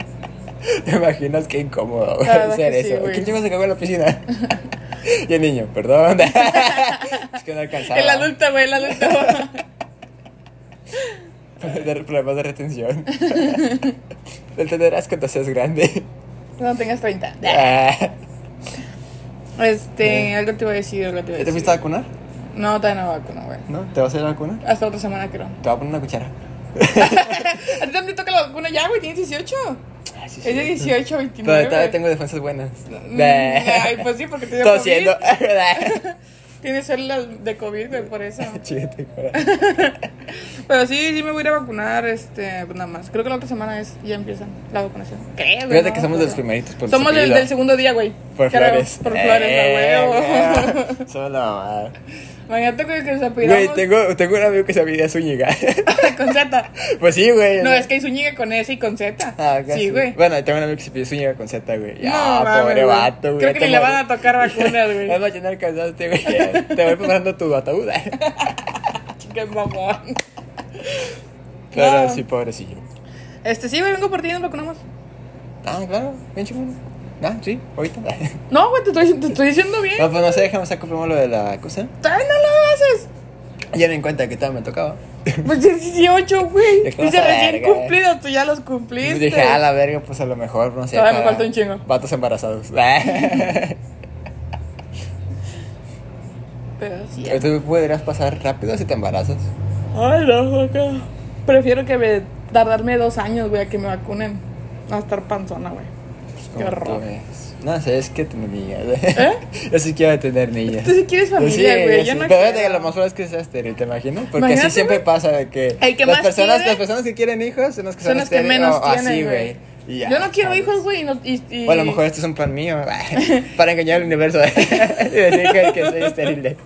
A: ¿Te imaginas qué incómodo güey,
B: La verdad
A: ser
B: que sí,
A: eso?
B: güey.
A: ¿Quién llegó se cagó en la piscina? y el niño, perdón. es que no alcanzaba.
B: el adulto, güey, el adulto.
A: De- Problemas de retención. Lo entenderás cuando seas grande.
B: no tengas 30.
A: Ah.
B: Este, algo te iba a decir, algo te iba a
A: ¿Ya ¿Te
B: decir.
A: fuiste a vacunar?
B: No, todavía no vacuno, güey.
A: ¿No? ¿Te vas a ir a vacunar?
B: Hasta otra semana creo.
A: Te voy a poner una cuchara.
B: ¿A ti también te toca la vacuna ya, güey? ¿Tienes 18?
A: Ah, sí,
B: Es
A: sí.
B: de 18, 29.
A: Pero todavía tengo defensas buenas.
B: Mm, Ay, pues sí, porque te dio COVID.
A: Tosiendo.
B: Tienes células de COVID, güey, por eso.
A: Chígate, cora.
B: Pero sí, sí me voy a ir a vacunar, este, pues nada más. Creo que la otra semana es, ya empieza la vacunación. Creo, güey.
A: Fíjate
B: no,
A: que somos de los
B: creo.
A: primeritos por
B: Somos del,
A: seguirlo.
B: del segundo día, güey.
A: Por
B: Creo,
A: flores.
B: Por flores,
A: Eh,
B: a huevo.
A: güey, Somos la mamada.
B: Imagínate que, que se
A: Güey,
B: apiramos
A: tengo, tengo un amigo que se apellida Zúñiga.
B: con Z.
A: pues sí, güey.
B: No, es que hay Zúñiga con S y con Z.
A: Ah, casi.
B: sí, güey.
A: Bueno, tengo un amigo que se apellida Zúñiga con Z, güey. Ya,
B: No, mames,
A: pobre
B: güey.
A: vato, güey.
B: Creo que
A: Te
B: ni le
A: mor-
B: van a tocar vacunas, güey.
A: Vas a llenar el calzote, güey. Te voy preparando tu ataúd.
B: Qué mamón.
A: Pero
B: No.
A: sí, pobrecillo.
B: Este, sí, güey, vengo por ti y nos vacunamos.
A: Ah, claro, bien chingón. Ah, sí, ahorita. no,
B: No, güey, te estoy, te estoy diciendo bien.
A: pues no sé, déjame sacar primero lo de la cosa.
B: Todavía no lo haces.
A: Ya me di cuenta que tal me tocaba.
B: Pues 18, güey.
A: Te comes
B: Dice
A: a la
B: recién
A: verga, eh.
B: cumplidos, tú ya los cumpliste.
A: Y dije, a la verga, pues a lo mejor, no sé.
B: Todavía me falta un chingo.
A: Vatos embarazados.
B: Pero sí. ya.
A: Tú podrías pasar rápido si te embarazas. Pues,
B: Ay, no, acá. Prefiero que me, tardarme dos años, güey, a que me vacunen. A estar panzona, güey.
A: Pues,
B: Qué
A: como tú
B: horror.
A: ves. No sé, es que tener niñas.
B: ¿Eh?
A: Yo sí quiero tener niñas. Pues
B: Tú sí quieres familia,
A: sí,
B: güey.
A: yo
B: yo
A: sí.
B: no
A: Pero fíjate que
B: quiero.
A: lo más probable es que seas estéril, ¿te imaginas? Porque
B: Imagínate,
A: así siempre
B: güey.
A: pasa de que,
B: El que
A: las,
B: más
A: personas,
B: tiene-
A: las personas que quieren hijos son las que
B: Son
A: son,
B: los que
A: estériles
B: menos
A: o así,
B: tienen,
A: güey.
B: güey.
A: Y ya,
B: Yo no quiero
A: ¿sabes?
B: hijos, güey. y no- y- y-
A: O a lo mejor este es un plan mío para engañar al universo y decir que, que soy estéril.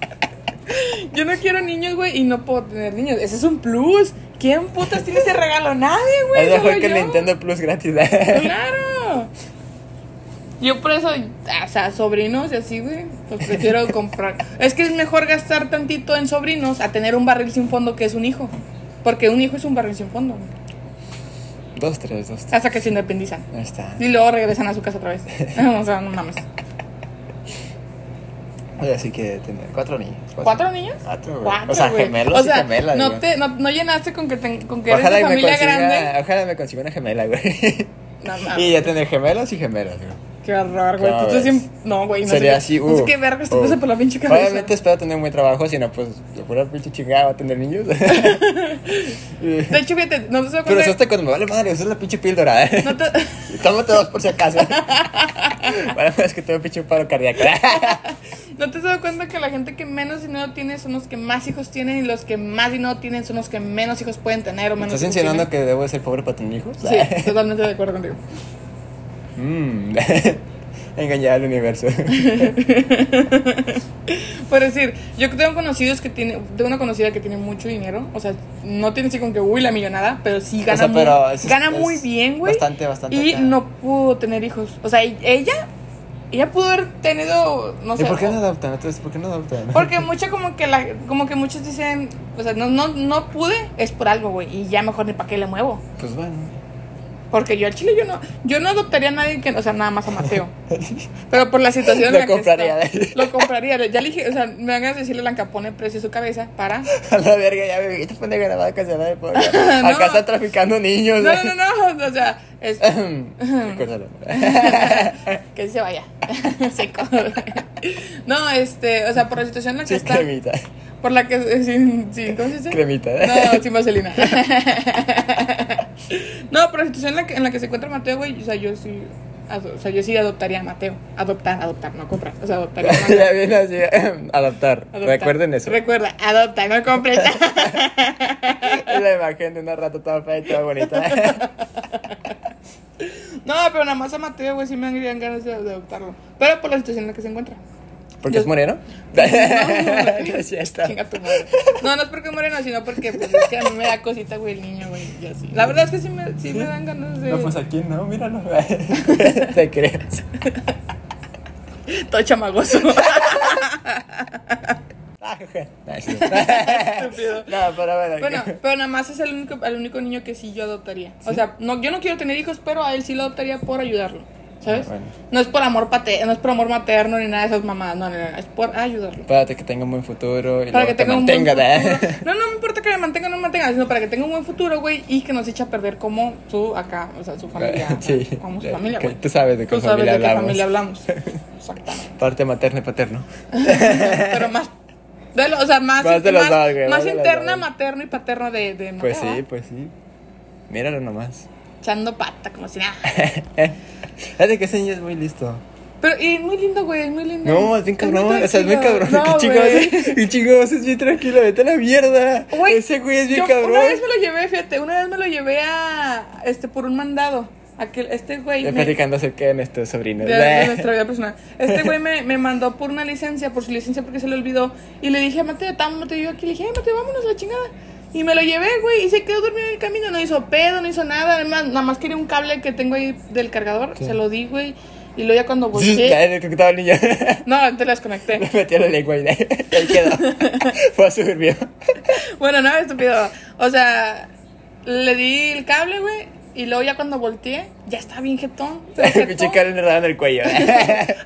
B: Yo no quiero niños, güey, y no puedo tener niños. Ese es un plus. ¿Quién putas tiene ese regalo? Nadie, güey.
A: Es mejor
B: solo
A: que el
B: yo.
A: Nintendo Plus gratis.
B: Claro. Yo por eso, ah, o sea, sobrinos y así, güey, pues prefiero comprar. Es que es mejor gastar tantito en sobrinos a tener un barril sin fondo que es un hijo. Porque un hijo es un barril sin fondo. güey.
A: dos, tres, dos, tres.
B: Hasta que se independizan.
A: Ahí está.
B: Y luego regresan a su casa otra vez. o sea, no mames.
A: Oye, así que tener cuatro niños.
B: ¿Cuatro niños?
A: Cuatro, güey.
B: Cuatro,
A: O sea,
B: güey.
A: gemelos
B: O sea,
A: y gemelas,
B: no,
A: güey.
B: te, no, no llenaste con que, te- con que eres
A: Ojalá
B: de
A: y me
B: familia
A: consiga,
B: grande. Ah.
A: ojalá me consiga una gemela, güey.
B: No mames.
A: Y ya tener gemelos y gemelas, güey.
B: Qué horror, güey.
A: ¿Cómo
B: Tú estás
A: ves?
B: bien- No, güey. No
A: Sería
B: sé
A: así,
B: qué,
A: uh,
B: No sé qué vergas te
A: uh.
B: pasa por la pinche cabeza.
A: Obviamente espero tener un buen trabajo, si no, pues, la pura pinche chingada va a tener niños.
B: De hecho, fíjate, no te voy a
A: Pero
B: contar-
A: eso hasta cuando me vale madre, eso es la pinche píldora, ¿eh?
B: no te-
A: Tómate dos por si acaso. bueno, es que tengo pinche paro cardíaco.
B: ¿No te has dado cuenta que la gente que menos dinero tiene son los que más hijos tienen y los que más dinero tienen son los que menos hijos pueden tener o menos
A: ¿Estás
B: hijos
A: insinuando que debo de ser pobre para tener hijos?
B: tienen? Sí, totalmente de acuerdo contigo.
A: Mm. Engañar al universo.
B: Por decir, yo tengo conocidos que tiene, tengo una conocida que tiene mucho dinero, o sea, no tiene así como que uy la millonada, pero sí gana,
A: sea, pero
B: muy,
A: es-
B: gana
A: es
B: muy bien, güey.
A: bastante, bastante
B: Y
A: acá.
B: no pudo tener hijos. O sea, y- ella, ella pudo haber tenido, no
A: ¿Y
B: sé.
A: por qué
B: o-
A: no adoptan? Entonces, ¿por qué no adoptan?
B: Porque mucho como que la, como que muchos dicen, o sea, no, no, no pude, es por algo, güey, y ya mejor ni para qué le muevo.
A: Pues bueno.
B: Porque yo al chile yo no, yo no adoptaría a nadie que, o sea, nada más a Mateo. Pero por la situación en
A: Lo
B: la que
A: compraría
B: está,
A: de él.
B: Lo compraría. Ya le dije, o sea, me van a decirle a Lancapone precio de su cabeza para.
A: A la verga, ya me viste pone grabada cancelada de podcast.
B: No.
A: Acá están traficando niños.
B: No, no, no, no. O sea, es
A: Recórdalo.
B: que se vaya. Seco. No, este, o sea, por la situación en la que
A: Sí,
B: está.
A: cremita.
B: Por la que. eh, Sin, sin, ¿Cómo se dice?
A: Cremita.
B: No, sin vaselina. no, pero la situación en la que, en la que se encuentra Mateo, güey, o sea, yo sí. ado- O sea, yo sí adoptaría a Mateo. Adoptar, adoptar, no comprar. O sea, adoptaría a Mateo.
A: ya viene así. Adaptar.
B: Adoptar.
A: Recuerden eso.
B: Recuerda, adopta, no compres.
A: Es la imagen de una rata toda fea y toda bonita.
B: no, pero nada más a Mateo, güey, sí me dan ganas de, de adoptarlo. Pero por la situación en la que se encuentra.
A: Porque es moreno.
B: No.
A: No es cierto.
B: Chinga tu madre. No, no es porque es moreno, sino porque pues, es que a mí me da cosita, güey, el niño, güey. yo sí. La verdad es que sí me, sí me dan ganas de.
A: No, pues aquí no, míralo. Te crees.
B: Todo chamagoso.
A: Ah, jeje. No, sí.
B: Estúpido.
A: No, pero bueno.
B: Bueno, pero nada más es el único, el único niño que sí yo adoptaría. O sea, no, yo no quiero tener hijos, pero a él sí lo adoptaría por ayudarlo. ¿Sabes?
A: Ah, bueno.
B: No es por amor pate- no es por amor materno ni nada de esas mamadas, no, no, no, es por ayudarlo.
A: Espérate que tenga un buen futuro. Y
B: Para
A: luego
B: que
A: te
B: tenga un buen
A: mantenga, ¿eh?
B: futuro. No, no me importa que me mantenga o no me mantenga, sino para que tenga un buen futuro, güey, y que no se eche a perder como su acá, o sea, su familia.
A: Sí.
B: Como su
A: de-
B: familia,
A: que
B: güey.
A: Tú sabes de qué
B: Tú sabes
A: familia
B: de qué
A: hablamos.
B: familia hablamos. Exactamente.
A: Parte materna y paterno.
B: Pero más. de lo- o sea, más,
A: Más de los
B: más,
A: dos, güey,
B: más
A: más de los
B: interna,
A: dos.
B: materno y paterno de, de
A: Pues
B: Mateo,
A: sí,
B: ¿va?
A: pues sí. Míralo nomás.
B: Echando pata, como si nada.
A: Fíjate que ese niño es muy listo.
B: Pero, y es muy lindo, güey, es muy lindo.
A: No, es bien cabrón.
B: muy
A: O sea, es bien
B: tranquilo.
A: cabrón. el chico,
B: güey.
A: es, el chico es bien tranquilo. Vete a la mierda.
B: Güey,
A: ese güey es bien
B: yo
A: cabrón.
B: Una vez me lo llevé, fíjate, una vez me lo llevé a. Este, por un mandado. Aquel, este güey.
A: Estoy
B: me-
A: platicando acerca de nuestros sobrinos.
B: de, de nuestra vida personal. Este güey me, me mandó por una licencia, por su licencia porque se le olvidó. Y le dije, Mateo, tam, Mateo, yo aquí le dije, "Ay, Mateo, vámonos a la chingada. Y me lo llevé, güey, y se quedó dormido en el camino. No hizo pedo, no hizo nada. Además, nada más quería un cable que tengo ahí del cargador. Se lo di, güey. Y luego ya cuando
A: Ya
B: volteé.
A: le electrocutaba al niño.
B: No, te las conecté.
A: Le metió la lengua y de y ahí quedó. Fue a su dormir.
B: Bueno, no, estúpido. O sea, le di el cable, güey. Y luego ya cuando volteé, ya estaba bien jetón. se lo jetó.
A: Pinche Karen enredada en el cuello.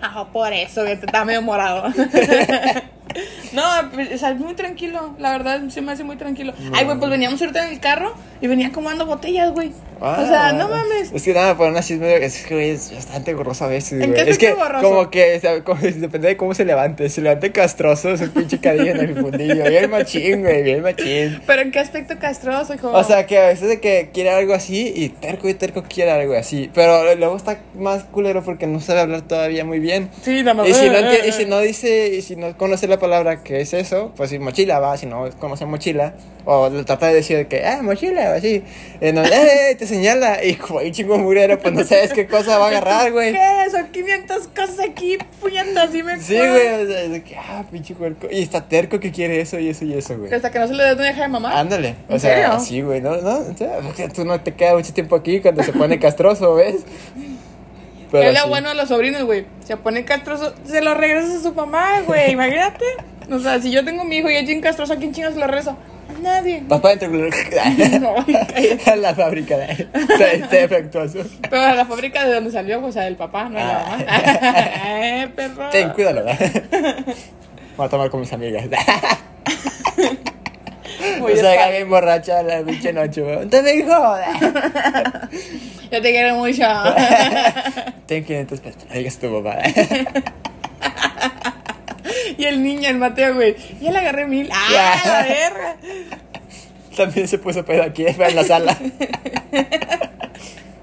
B: Ajá, por eso, que te está medio morado. No, pues, o sea, es muy tranquilo, la verdad se me hace muy tranquilo. Ay, güey, pues veníamos ahorita en el carro y venía comando botellas, güey.
A: Ah,
B: o sea, no mames.
A: Es que nada, por una chisme. Es que güey, es bastante gorroso a veces.
B: ¿En
A: güey.
B: qué
A: es que
B: aspecto gorroso?
A: como que o sea, como- depende de cómo se levante. Si se levante castroso, es un pinche cadillo en el fundillo. Bien machín, güey, bien machín.
B: Pero en qué aspecto castroso, hijo.
A: O sea, que a veces de que quiere algo así y terco y terco quiere algo así. Pero luego está más culero porque no sabe hablar todavía muy bien.
B: sí, nada más.
A: Y si, no,
B: eh,
A: enti- y si no dice, y si no conoce la palabra que es eso, pues si mochila va, si no conoce mochila, o lo trata de decir que, ah, mochila, o así, eh, no, eh, te señala, y como hay chingo murero, pues no sabes qué cosa va a agarrar, güey.
B: ¿Qué? Son 500 cosas aquí, puñetas, dime
A: Sí, güey, o sea, es de que, ah, pinche cuerco, y está terco que quiere eso y eso y eso, güey.
B: Hasta que no se le dé una hija de mamá.
A: Ándale, o
B: ¿En
A: sea,
B: serio?
A: sí, güey, no, no, o sea, porque tú no te quedas mucho tiempo aquí cuando se pone castroso, ¿ves? Pero
B: es lo
A: sí.
B: bueno de los sobrinos, güey. Se pone castroso, se lo regresa a su mamá, güey. Imagínate. O sea, si yo tengo mi hijo y es bien castroso, ¿a quién chingas se lo rezo? A nadie.
A: Vas para adentro, güey.
B: No, cállate.
A: a la fábrica, ¿eh? está, está defectuoso.
B: Pero a la fábrica de donde salió, o sea, del papá, no de la mamá. eh, perro.
A: Ah. Ten, cuídalo. ¿verdad? Voy a tomar con mis amigas.
B: Voy
A: o
B: a
A: sea,
B: estar-
A: que bien borracha la pinche noche, weón. Te dijo.
B: Yo te quiero mucho.
A: Ten 500 pesos. No digas tu papá.
B: y el niño, el Mateo, güey. Ya le agarré mil. ¡Ah, la verga!
A: También se puso pedo aquí en la sala.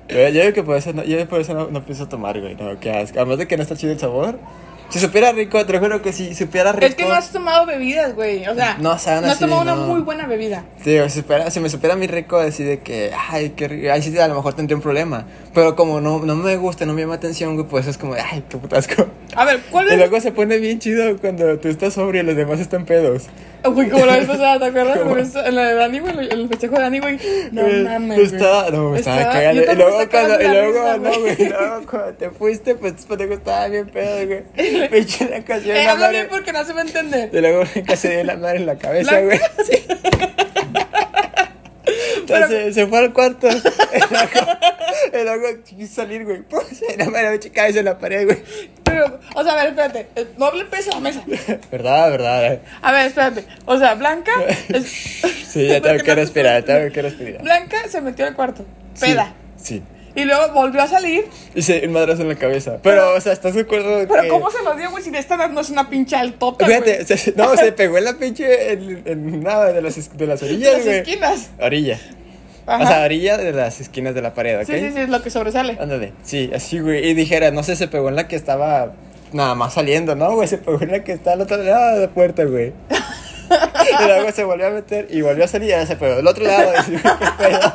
A: Güey, Yo, creo que por eso, no, yo por eso no, no pienso tomar, güey. No, qué asco. Además de que no está chido el sabor. Si supiera rico, te lo juro que si supiera rico.
B: Es que no has tomado bebidas, güey. O sea,
A: No, saben
B: no has
A: así,
B: tomado una
A: no.
B: muy buena bebida.
A: Digo, si, supera- si me supera mi rico, así de que, ay, qué rico, ahí sí a lo mejor tendría un problema. Pero como no, no me gusta, no me llama atención, güey, pues es como, de, ay, qué putasco.
B: A ver, ¿cuál
A: Y
B: es?
A: luego se pone bien chido cuando tú estás sobrio y los demás están pedos.
B: Güey, como la vez pasada, ¿te acuerdas?
A: ¿Cómo?
B: Con esto- En la de Dani, güey, el- el festejo de Dani, güey. No
A: Eh,
B: mames.
A: tú
B: güey.
A: estaba- no, me estaba,
B: Estaba-
A: cagando.
B: yo
A: Y
B: también
A: luego,
B: estaba
A: cuando, y
B: cagando la
A: luego,
B: risa,
A: no,
B: güey.
A: güey, luego cuando te fuiste, pues tus pendejos estaban bien pedos, güey. Pinche la ocasión.
B: Eh,
A: la
B: habla
A: madre-
B: bien porque no se va a entender.
A: Y luego casi dio la madre en la cabeza,
B: La-
A: güey.
B: Pero-
A: se, se fue al cuarto. El loco, el loco quiso salir, güey. Pum, se la mano, echa cabeza en la pared, güey.
B: Pero, o sea, a ver, espérate. eh, No le pesa la mesa.
A: Verdad, verdad. eh.
B: A ver, espérate. O sea, Blanca. es-
A: Sí, ya tengo
B: Porque
A: que
B: no-
A: respirar, tengo que respirar.
B: Blanca se metió al cuarto.
A: Sí,
B: Peda.
A: Sí.
B: Y luego volvió a salir.
A: Y se un madrazo en la cabeza. Pero, o sea, ¿estás de acuerdo?
B: Pero,
A: que-
B: ¿cómo se lo dio, güey? Si le está dando es una pinche altota. güey.
A: Fíjate, se- no, se pegó en la pinche. En, en nada de las, es- de las
B: De
A: orillas,
B: las
A: güey.
B: esquinas.
A: Orilla.
B: Ajá.
A: O sea, orilla de las esquinas de la pared, ¿ok? Ah,
B: sí, sí, sí, es lo que sobresale.
A: Ándale, sí, así, güey. Y dijera, no sé, se pegó en la que estaba nada más saliendo, ¿no, güey? Se pegó en la que está al otro lado de la puerta, güey. Y luego se volvió a meter y volvió a salir y ahora se pegó del otro lado. Y, sí, qué pedo.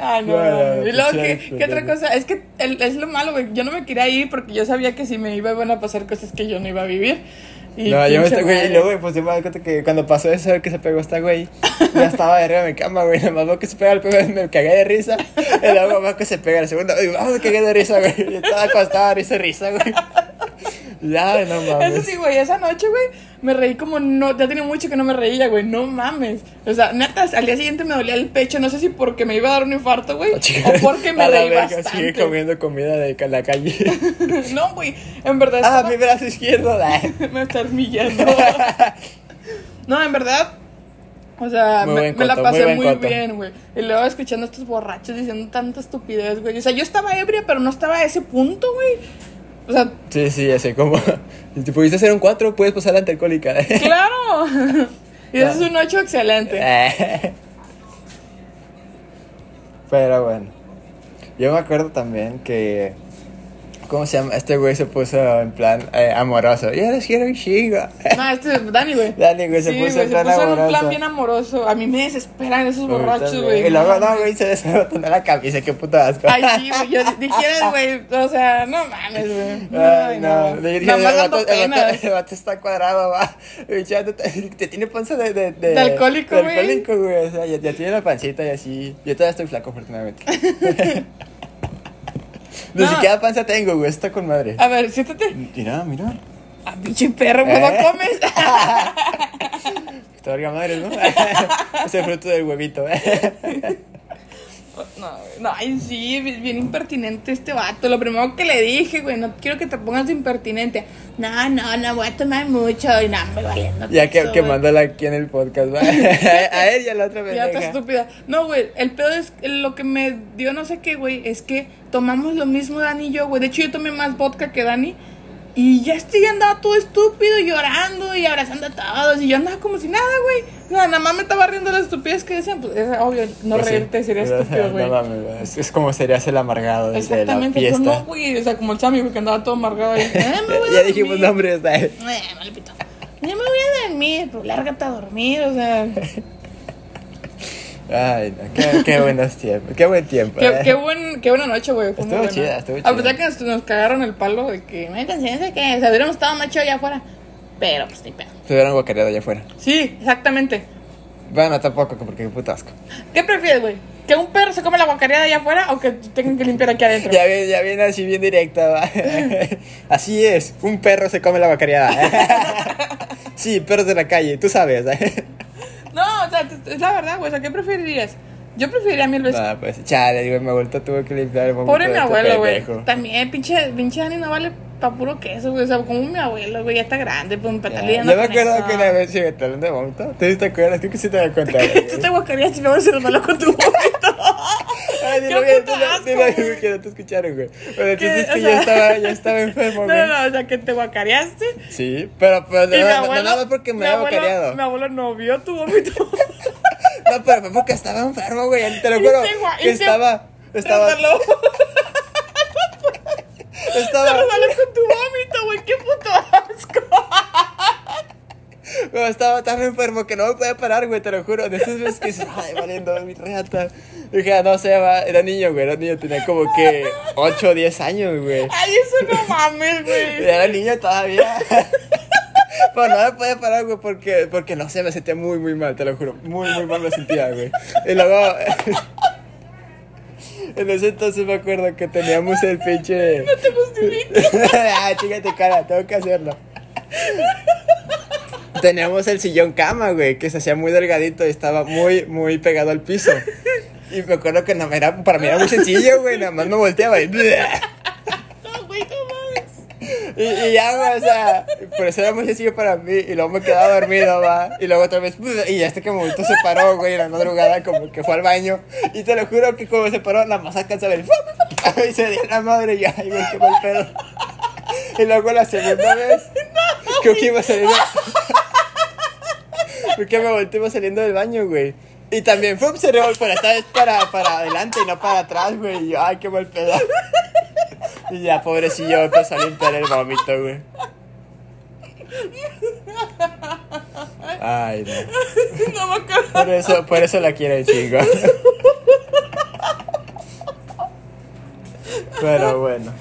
B: Ah, no,
A: Bueno,
B: no, no. Y luego,
A: escuché,
B: ¿qué, qué otra
A: escuché.
B: cosa? Es que el- es lo malo, güey. Yo no me quería ir porque yo sabía que si me iba iban a pasar cosas que yo no iba a vivir. Y
A: no, yo
B: pinche
A: me estoy, güey,
B: madre.
A: y luego, pues yo me doy cuenta que cuando pasó eso, que se pegó esta güey, ya estaba arriba de mi cama, güey, nada más veo que se pega el pego, me cagué de risa, y luego más que se pega el segundo, y vamos, me cagué de risa, güey, y estaba acostada, risa, y risa, güey. Ya, no
B: Eso
A: mames.
B: sí, güey, esa noche, güey, me reí como no, ya tenía mucho que no me reía, güey, no mames. O sea, neta, al día siguiente me dolía el pecho, no sé si porque me iba a dar un infarto, güey,
A: Oh, Ah, Chica,
B: o porque me
A: a la
B: reí
A: verga, sigue
B: bastante.
A: comiendo comida de ca- la calle.
B: No, güey, en verdad
A: Ah,
B: estaba-
A: mi brazo izquierdo. la-
B: me está humillando. no, en verdad. O sea,
A: Muy
B: me,
A: buen
B: me la
A: coto,
B: pasé
A: muy buen
B: muy,
A: coto.
B: bien, güey. Y luego escuchando a estos borrachos diciendo tanta estupidez, güey. O sea, yo estaba ebria, pero no estaba a ese punto, güey. O sea,
A: Sí, sí, así como. Si te pudiste hacer un 4, puedes pasar la alcohólica.
B: claro. y eso
A: Claro.
B: es un 8 excelente.
A: Eh. Pero bueno. Yo me acuerdo también que. ¿Cómo se llama? Este güey se puso en plan eh, amoroso. Yo les quiero un chingo.
B: No, este es Dani, güey.
A: Dani, güey, se
B: Sí,
A: puso
B: güey,
A: en
B: se
A: plan
B: puso en un
A: amoroso.
B: plan bien amoroso. A mí me desesperan esos borrachos, güey.
A: Y luego, no, güey, se desabotonó la camisa. Qué puto asco.
B: Ay, sí, güey. Yo dijera, güey, o sea, no mames, güey.
A: Ay, no. Le dije,
B: Nada más
A: el
B: dando
A: vato, el vato-
B: penas.
A: el vato está cuadrado, va. Y ya te, te tiene panza de, de,
B: De alcohólico,
A: de
B: güey.
A: alcohólico, güey. O sea, ya, ya tiene la pancita y así. Yo todavía estoy flaco, afortunadamente. Ni
B: No. Ah.
A: siquiera panza tengo, güey. Está con madre.
B: A ver, siéntate.
A: Mira, mira.
B: Ah, pinche perro, güey,
A: ¿Eh?
B: no comes.
A: Está verga madre, ¿no? Ese fruto del huevito, eh.
B: No, güey, no, ay, sí, bien bien impertinente este vato. Lo primero que le dije, güey, no quiero que te pongas de impertinente. No, no, no voy a tomar mucho. Y nada, me valiendo.
A: Ya que,
B: queso,
A: que
B: güey.
A: mándala aquí en el podcast, ¿va? A él y a la otra
B: Ya está
A: pendeja.
B: estúpida. No, güey, el pedo es lo que me dio no sé qué, güey, es que tomamos lo mismo Dani y yo, güey. De hecho, yo tomé más vodka que Dani. Y ya estoy andaba todo estúpido, llorando y abrazando a todos. Y yo andaba como si nada, güey. O sea, nada más me estaba riendo de las estupidez que decían. Pues es obvio, no
A: Pues sí.
B: reírte sería
A: Pero, o sea,
B: estúpido, güey.
A: No mames, güey. es, es como serías el amargado de- de la
B: Exactamente, pero
A: fiesta.
B: no, güey. O sea, como el Chami, güey, que andaba todo amargado ahí. "Eh, me voy a
A: ya dijimos
B: dormir".
A: nombres, ¿sabes?
B: Eh, mal pito. Ya me voy a dormir, pues lárgate a dormir, o sea.
A: Ay, no, qué, qué buenos tiempos, qué buen tiempo.
B: Qué,
A: eh.
B: qué buen, qué buena noche, güey. fue muy
A: Estuvo
B: buena.
A: chida, estuvo
B: A pesar
A: chida.
B: que nos, nos cagaron el palo de que, me conciencia que se hubiéramos estado más chido allá afuera. Pero, pues, ni pedo.
A: Te hubieran guacareado allá afuera.
B: Sí, exactamente.
A: Bueno, tampoco, porque qué putasco.
B: ¿Qué prefieres, güey? ¿Que un perro se come la guacareada allá afuera o que tengan que limpiar aquí adentro?
A: Ya viene, ya viene así bien directa, va. Así es, un perro se come la guacareada. sí, perros de la calle, tú sabes. ¿eh?
B: No, o sea, es la verdad, güey. O sea, ¿qué preferirías? Yo preferiría mil veces.
A: Nada, pues, chale, digo, mi abuelita tuvo que limpiar el vómito
B: Pobre
A: de
B: mi
A: este
B: abuelo, güey.
A: pendejo.
B: También, pinche, pinche Dani no vale pa' puro queso, güey. O sea, como mi abuelo, güey, ya está grande, pues, me
A: Ya,
B: está
A: Yo
B: lidiando
A: me
B: con
A: acuerdo
B: eso.
A: que una vez llegué talón de vómito. ¿Te te acuerdas? Creo que sí te había contado.
B: Tú te guacareaste y luego se lo malo con tu vómito.
A: Ay, ni
B: Qué
A: lo vi,
B: puto
A: ni lo- ni
B: asco,
A: lo vi,
B: güey.
A: que no te escucharon, güey. Pero
B: Que,
A: entonces es
B: o
A: que
B: sea-
A: yo estaba, yo estaba enfermo,
B: No,
A: güey.
B: no, no, o sea, que te guacareaste.
A: Sí, pero, pero
B: Y
A: no,
B: mi
A: no- no
B: abuelo-
A: nada más porque me
B: mi
A: había
B: abuelo-
A: bocareado.
B: Mi abuelo no vio tu vómito.
A: No, pero fue porque estaba enfermo, güey. Te lo
B: Y
A: juro.
B: se gua- y
A: Que
B: se-
A: estaba. Estaba.
B: Te lo
A: Estaba.
B: malo con tu vómito, güey. Qué puto asco.
A: no, estaba tan enfermo que no me podía parar, güey. Te lo juro. De esas veces que dices, ay, valiendo mi reata. Dije, ah, no sé, va. Era niño, güey. Era niño. Tenía como que 8 o 10 años, güey.
B: Ay, eso no mames, güey.
A: Era niño todavía. Pero no me podía parar, güey, porque, porque no sé, me sentía muy, muy mal, te lo juro. Muy, muy mal me sentía, güey. Y luego. En ese entonces me acuerdo que teníamos el pinche.
B: No te justifico.
A: ah, chingate cara, tengo que hacerlo. teníamos el sillón cama, güey, que se hacía muy delgadito y estaba muy, muy pegado al piso. Y me acuerdo que no, me era, para mí era muy sencillo, güey, nada más me volteaba y...
B: No, güey, no mames.
A: Y, y ya, güey, o sea, por eso era muy sencillo para mí. Y luego me quedaba dormido, va. Y luego otra vez, pues, y hasta que momento se paró, güey, en la madrugada, como que fue al baño. Y te lo juro que como se paró, nada más alcanzaba el. Y se dio la madre, y yo, ay, güey, qué mal pedo. Y luego la segunda vez, creo que iba saliendo. Creo que me volteé iba saliendo del baño, güey. Y también, fue se revolvió, pero esta vez para, para adelante y no para atrás, güey. Y yo, ay, qué mal pedo. Y ya, pobrecillo, empezó a limpiar el vómito, güey. Ay, no.
B: No me acuerdo.
A: Por eso, por eso la quiero el chingo. Pero bueno.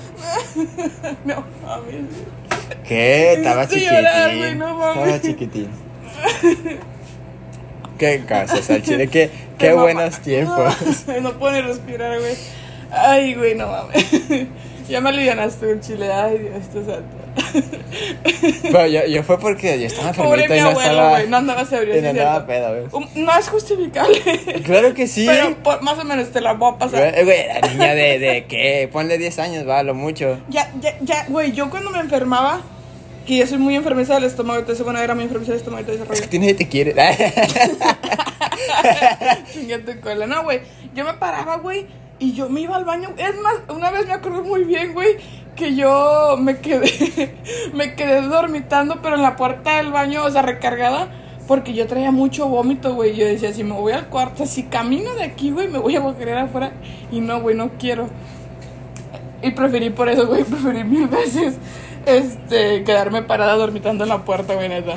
B: No mames.
A: ¿Qué? Estaba
B: Necesito llorar, güey,
A: chiquitín.
B: no mames.
A: Estaba chiquitín. Qué casas, al chile, qué,
B: Te
A: qué
B: mama.
A: buenos tiempos.
B: No puedo ni respirar, güey. Ay, güey, no mames. Ya me alivianaste un chile. Ay, Dios, te santo.
A: Pero yo, yo fue porque yo estaba
B: Pobre mi
A: enfermito y Ah, no
B: abuelo,
A: estaba.
B: güey. No andaba ebrio,
A: y no
B: sí, cierto.
A: andaba pedo, güey.
B: Um, No es justificable.
A: Claro que sí.
B: Pero por- más o menos te la voy a pasar.
A: Güey, güey, la niña de, de qué, ponle 10 años, va, a lo mucho.
B: Ya, ya, ya, güey, yo cuando me enfermaba, que yo soy muy enfermiza del estómago, entonces, bueno, era muy enfermiza del estómago y todo ese
A: Es
B: rollo.
A: que tiene te quiere.
B: Chingue tu cola. No, güey. Yo me paraba, güey. Y yo me iba al baño. Es más, una vez me acuerdo muy bien, güey. Que yo me quedé. Me quedé dormitando, pero en la puerta del baño, o sea, recargada. Porque yo traía mucho vómito, güey. Yo decía, si me voy al cuarto, si camino de aquí, güey, me voy a querer afuera. Y no, güey, no quiero. Y preferí por eso, güey, preferí mil veces. Este, quedarme parada dormitando en la puerta, güey, neta.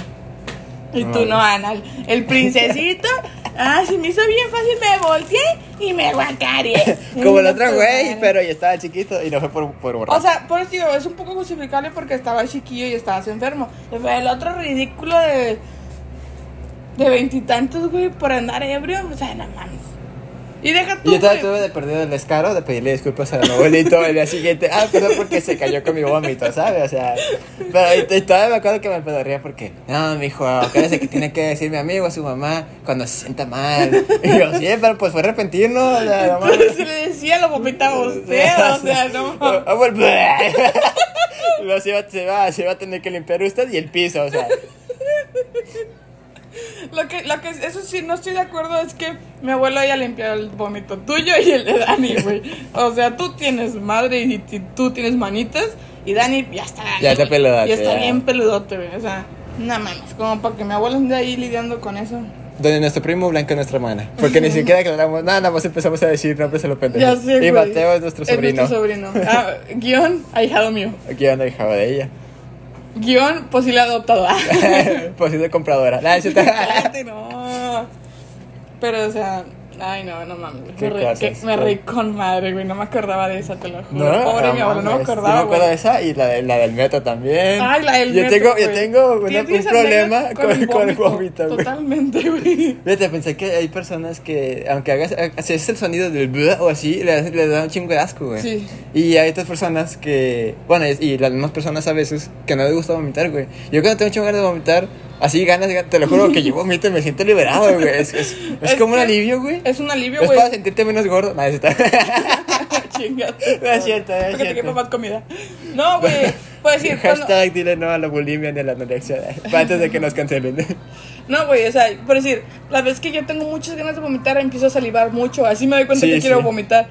B: Y tú no, Anal. El princesito. Ah, si me hizo bien fácil, me volteé y me guacaré.
A: Como el otro güey, pero yo estaba chiquito y no fue por, por borrar.
B: O sea, por eso digo, es un poco justificable porque estaba chiquillo y estabas enfermo. Fue el otro ridículo de. de veintitantos, güey, por andar ebrio. O sea, no mames. Y deja tú.
A: y yo todavía
B: güey.
A: tuve de perdido el descaro de pedirle disculpas a mi abuelito el día siguiente. Ah, perdón porque se cayó con mi vómito, ¿sabes? O sea, pero y, y todavía me acuerdo que me pedorría porque, no, mi hijo, acuérdese que tiene que decir mi amigo a su mamá cuando se sienta mal. Y yo, sí, pero pues fue repentino, o sea, no mames.
B: Entonces le decía, lo vomitaba usted, o sea, no mames.
A: Ah, bueno, bleh. No, se, va, se, va, se va a tener que limpiar usted y el piso, o sea.
B: Lo que, lo que, eso sí, no estoy de acuerdo es que mi abuelo haya limpiado el vómito tuyo y el de Dani, güey. O sea, tú tienes madre y, ti- tú tienes manitas y Dani ya está.
A: Ya está peludote,
B: Y está
A: ya.
B: bien peludote, güey. O sea, no mames, como para que mi abuelo ande ahí lidiando con eso.
A: Donde nuestro primo blanco es nuestra hermana. Porque ni siquiera aclaramos nada, nada más empezamos a decir nombres a lo pendejo.
B: Ya sé,
A: Y
B: güey.
A: Mateo es nuestro sobrino.
B: nuestro sobrino. Ah, guión, ahijado mío.
A: Aquí anda el jabo de ella.
B: Guión, posible adoptado. Ah,
A: Posible Pues compradora. Nah, es cierto.
B: cállate, no. Pero, o sea... Ay, no, no mames. güey.
A: Qué
B: Me, reí- que-
A: cosas,
B: me
A: güey.
B: reí con madre, güey. No me acordaba de esa, te lo juro. Pobre mi abuelo, no me
A: mames,
B: acordaba.
A: Yo me acuerdo
B: güey.
A: de esa y la, de- la del metro también.
B: Ay, la del
A: yo
B: metro,
A: Tengo, yo
B: güey.
A: tengo una- un
B: ¿Tienes
A: problema
B: anécdota
A: con, con el vómito, güey.
B: Totalmente, güey.
A: Fíjate, pensé que hay personas que, aunque hagas, eh, si es el sonido del bla o así, le, le da un chingo de asco, güey.
B: Sí.
A: Y hay otras personas que, bueno, y- y las mismas personas a veces que no les gusta vomitar, güey. Yo cuando tengo un chingo de ganas de vomitar, así ganas, ganas- te lo juro que yo vomito y me siento liberado, güey. Es, es, es
B: Es
A: como un
B: que-
A: alivio, güey.
B: Es un alivio,
A: Es
B: güey.
A: para sentirte menos gordo. Nada, está.
B: Chingate.
A: No es cierto, no es
B: Porque te
A: cierto.
B: quepa más comida. No, güey. Puedes decir, cuando-
A: Hashtag dile no a la bulimia ni a la anorexia. Antes de que nos cancelen.
B: No, güey, o sea, por decir, la vez que yo tengo muchas ganas de vomitar, empiezo a salivar mucho. Así me doy cuenta
A: Sí,
B: que
A: sí.
B: quiero vomitar.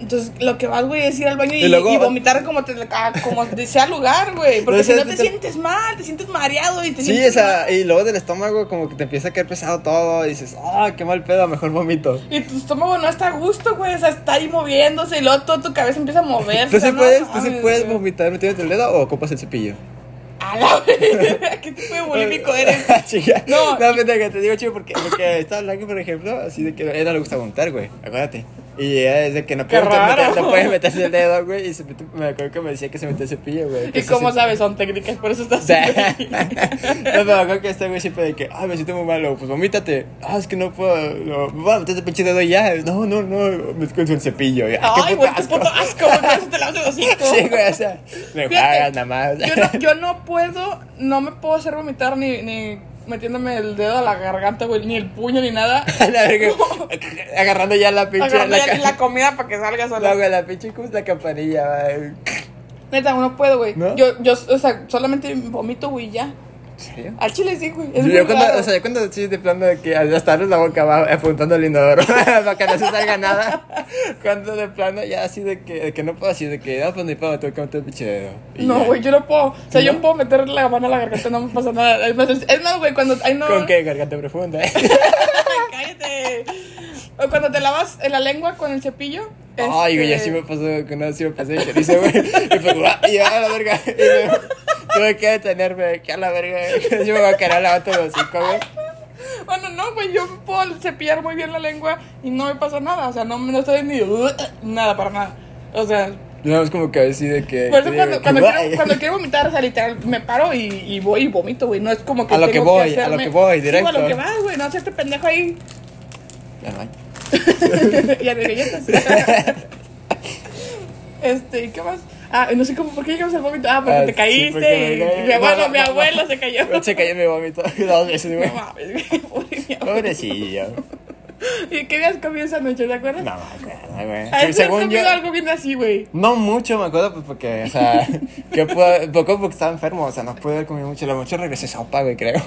B: Entonces, lo que vas, güey, es ir al baño y,
A: Y luego-
B: y vomitar como te ah, como te sea lugar, güey. Porque
A: No,
B: si
A: esa-
B: no te sientes mal, te sientes mareado y te
A: Sí,
B: sientes.
A: esa, y luego del estómago como que te empieza a caer pesado todo y dices, ah, qué mal pedo, mejor vomito.
B: mal. Y tu estómago no está a gusto, güey. O sea, está ahí moviéndose y luego toda tu cabeza empieza a moverse.
A: ¿Tú
B: o sea,
A: sí
B: Em, no
A: puedes, tú sí
B: mames,
A: puedes
B: güey.
A: vomitar metiendo el dedo o ocupas el cepillo?
B: A la verga, ¿qué tipo de bulímico eres?
A: Chica,
B: No.
A: ah, no, pendeja, te digo chido porque, porque esta blanca, por ejemplo, así de que a ella le gusta vomitar, güey, acuérdate. Y ella es de que no
B: Qué
A: puede, meter,
B: raro.
A: no puede meterse el dedo, güey, y se mete- me acuerdo que me decía que se metió el cepillo, güey.
B: ¿Y
A: Entonces,
B: cómo
A: sí-
B: sabes? Son técnicas, por eso
A: O
B: estás
A: sea,
B: así.
A: no, me acuerdo que este güey siempre de que, ah, me siento muy malo, pues vomítate. Ah, es que no puedo, no, va, metete el pinche dedo y ya. No, no, no, me con el cepillo. Y, ah, qué
B: Ay,
A: puto
B: güey, qué
A: asco.
B: puto asco, güey, por eso te lavas el hocico.
A: Sí, güey, o sea, me
B: Fíjate,
A: pagas nada más.
B: Yo no, yo no puedo, no me puedo hacer vomitar ni, ni metiéndome el dedo a la garganta, güey, ni el puño ni nada.
A: A la verga. Agarrando ya la pinche.
B: Agarré
A: la,
B: la,
A: ca-
B: comida para que salga sola.
A: No, güey, la pinche ¿cómo es la campanilla, güey?
B: Neta, no puedo, güey.
A: ¿No?
B: Yo, yo, o sea, solamente vomito, güey, ya.
A: ¿En serio?
B: Al chile sí, güey. Es
A: Yo,
B: muy
A: cuando,
B: raro.
A: o sea, yo cuando estoy de plano de que hasta abres la boca va apuntando al inodoro para que no se salga nada. Cuando de plano ya así de que, de que no puedo así de que no pues ni puedo, tengo que meter el pinche dedo. Y
B: No,
A: ya.
B: güey, yo no puedo. O sea, yo
A: ¿No?
B: puedo meter la mano a la garganta, no me pasa nada. Es más, es más, güey, cuando. Ay, no.
A: ¿Con qué? Garganta profunda, eh.
B: Cállate. O cuando te lavas en la lengua con el cepillo.
A: Ay, güey,
B: este,
A: así me pasó, que no, así me pasó y que dice, güey. Y fue, guau, y yo, a la verga. Y me- tuve que detenerme, que a la verga. Yo me voy a quedar la bata de los cinco, güey.
B: Bueno, no, güey, yo puedo cepillar muy bien la lengua y no me pasa nada. O sea, no, no estoy ni. Nada, para nada. O sea,
A: Yo nada más como que así de que.
B: por eso
A: que
B: cuando,
A: digo,
B: cuando,
A: que
B: quiero,
A: guay.
B: cuando quiero vomitar, o sea, literal, me paro y, y voy y vomito, güey. No es como que.
A: A lo
B: tengo
A: que voy, a lo
B: hacerme-
A: que voy,
B: Sí, güey, a lo
A: directo.
B: que vas, güey, no seas este pendejo ahí.
A: Ya no hay.
B: y a galletas. este, ¿y qué más? Ah, no sé cómo, ¿por qué llegamos al vómito? Ah, porque
A: Ah,
B: te
A: sí,
B: caíste
A: porque
B: y,
A: me caí.
B: mi abuelo,
A: No, no,
B: mi
A: no,
B: abuelo
A: no.
B: se cayó.
A: Se cayó mi vómito dos veces, güey.
B: No mames, güey, pobre mi abuelo.
A: Pobrecillo.
B: ¿Y qué habías comido esa noche, te acuerdas?
A: No me acuerdo, güey.
B: Ah, según
A: Pero Según yo.
B: comido algo bien así, güey.
A: No mucho, me acuerdo, pues porque, o sea, que pude- poco porque estaba enfermo, o sea, no pude haber comido mucho. Lo mucho regresé sopa, güey, creo.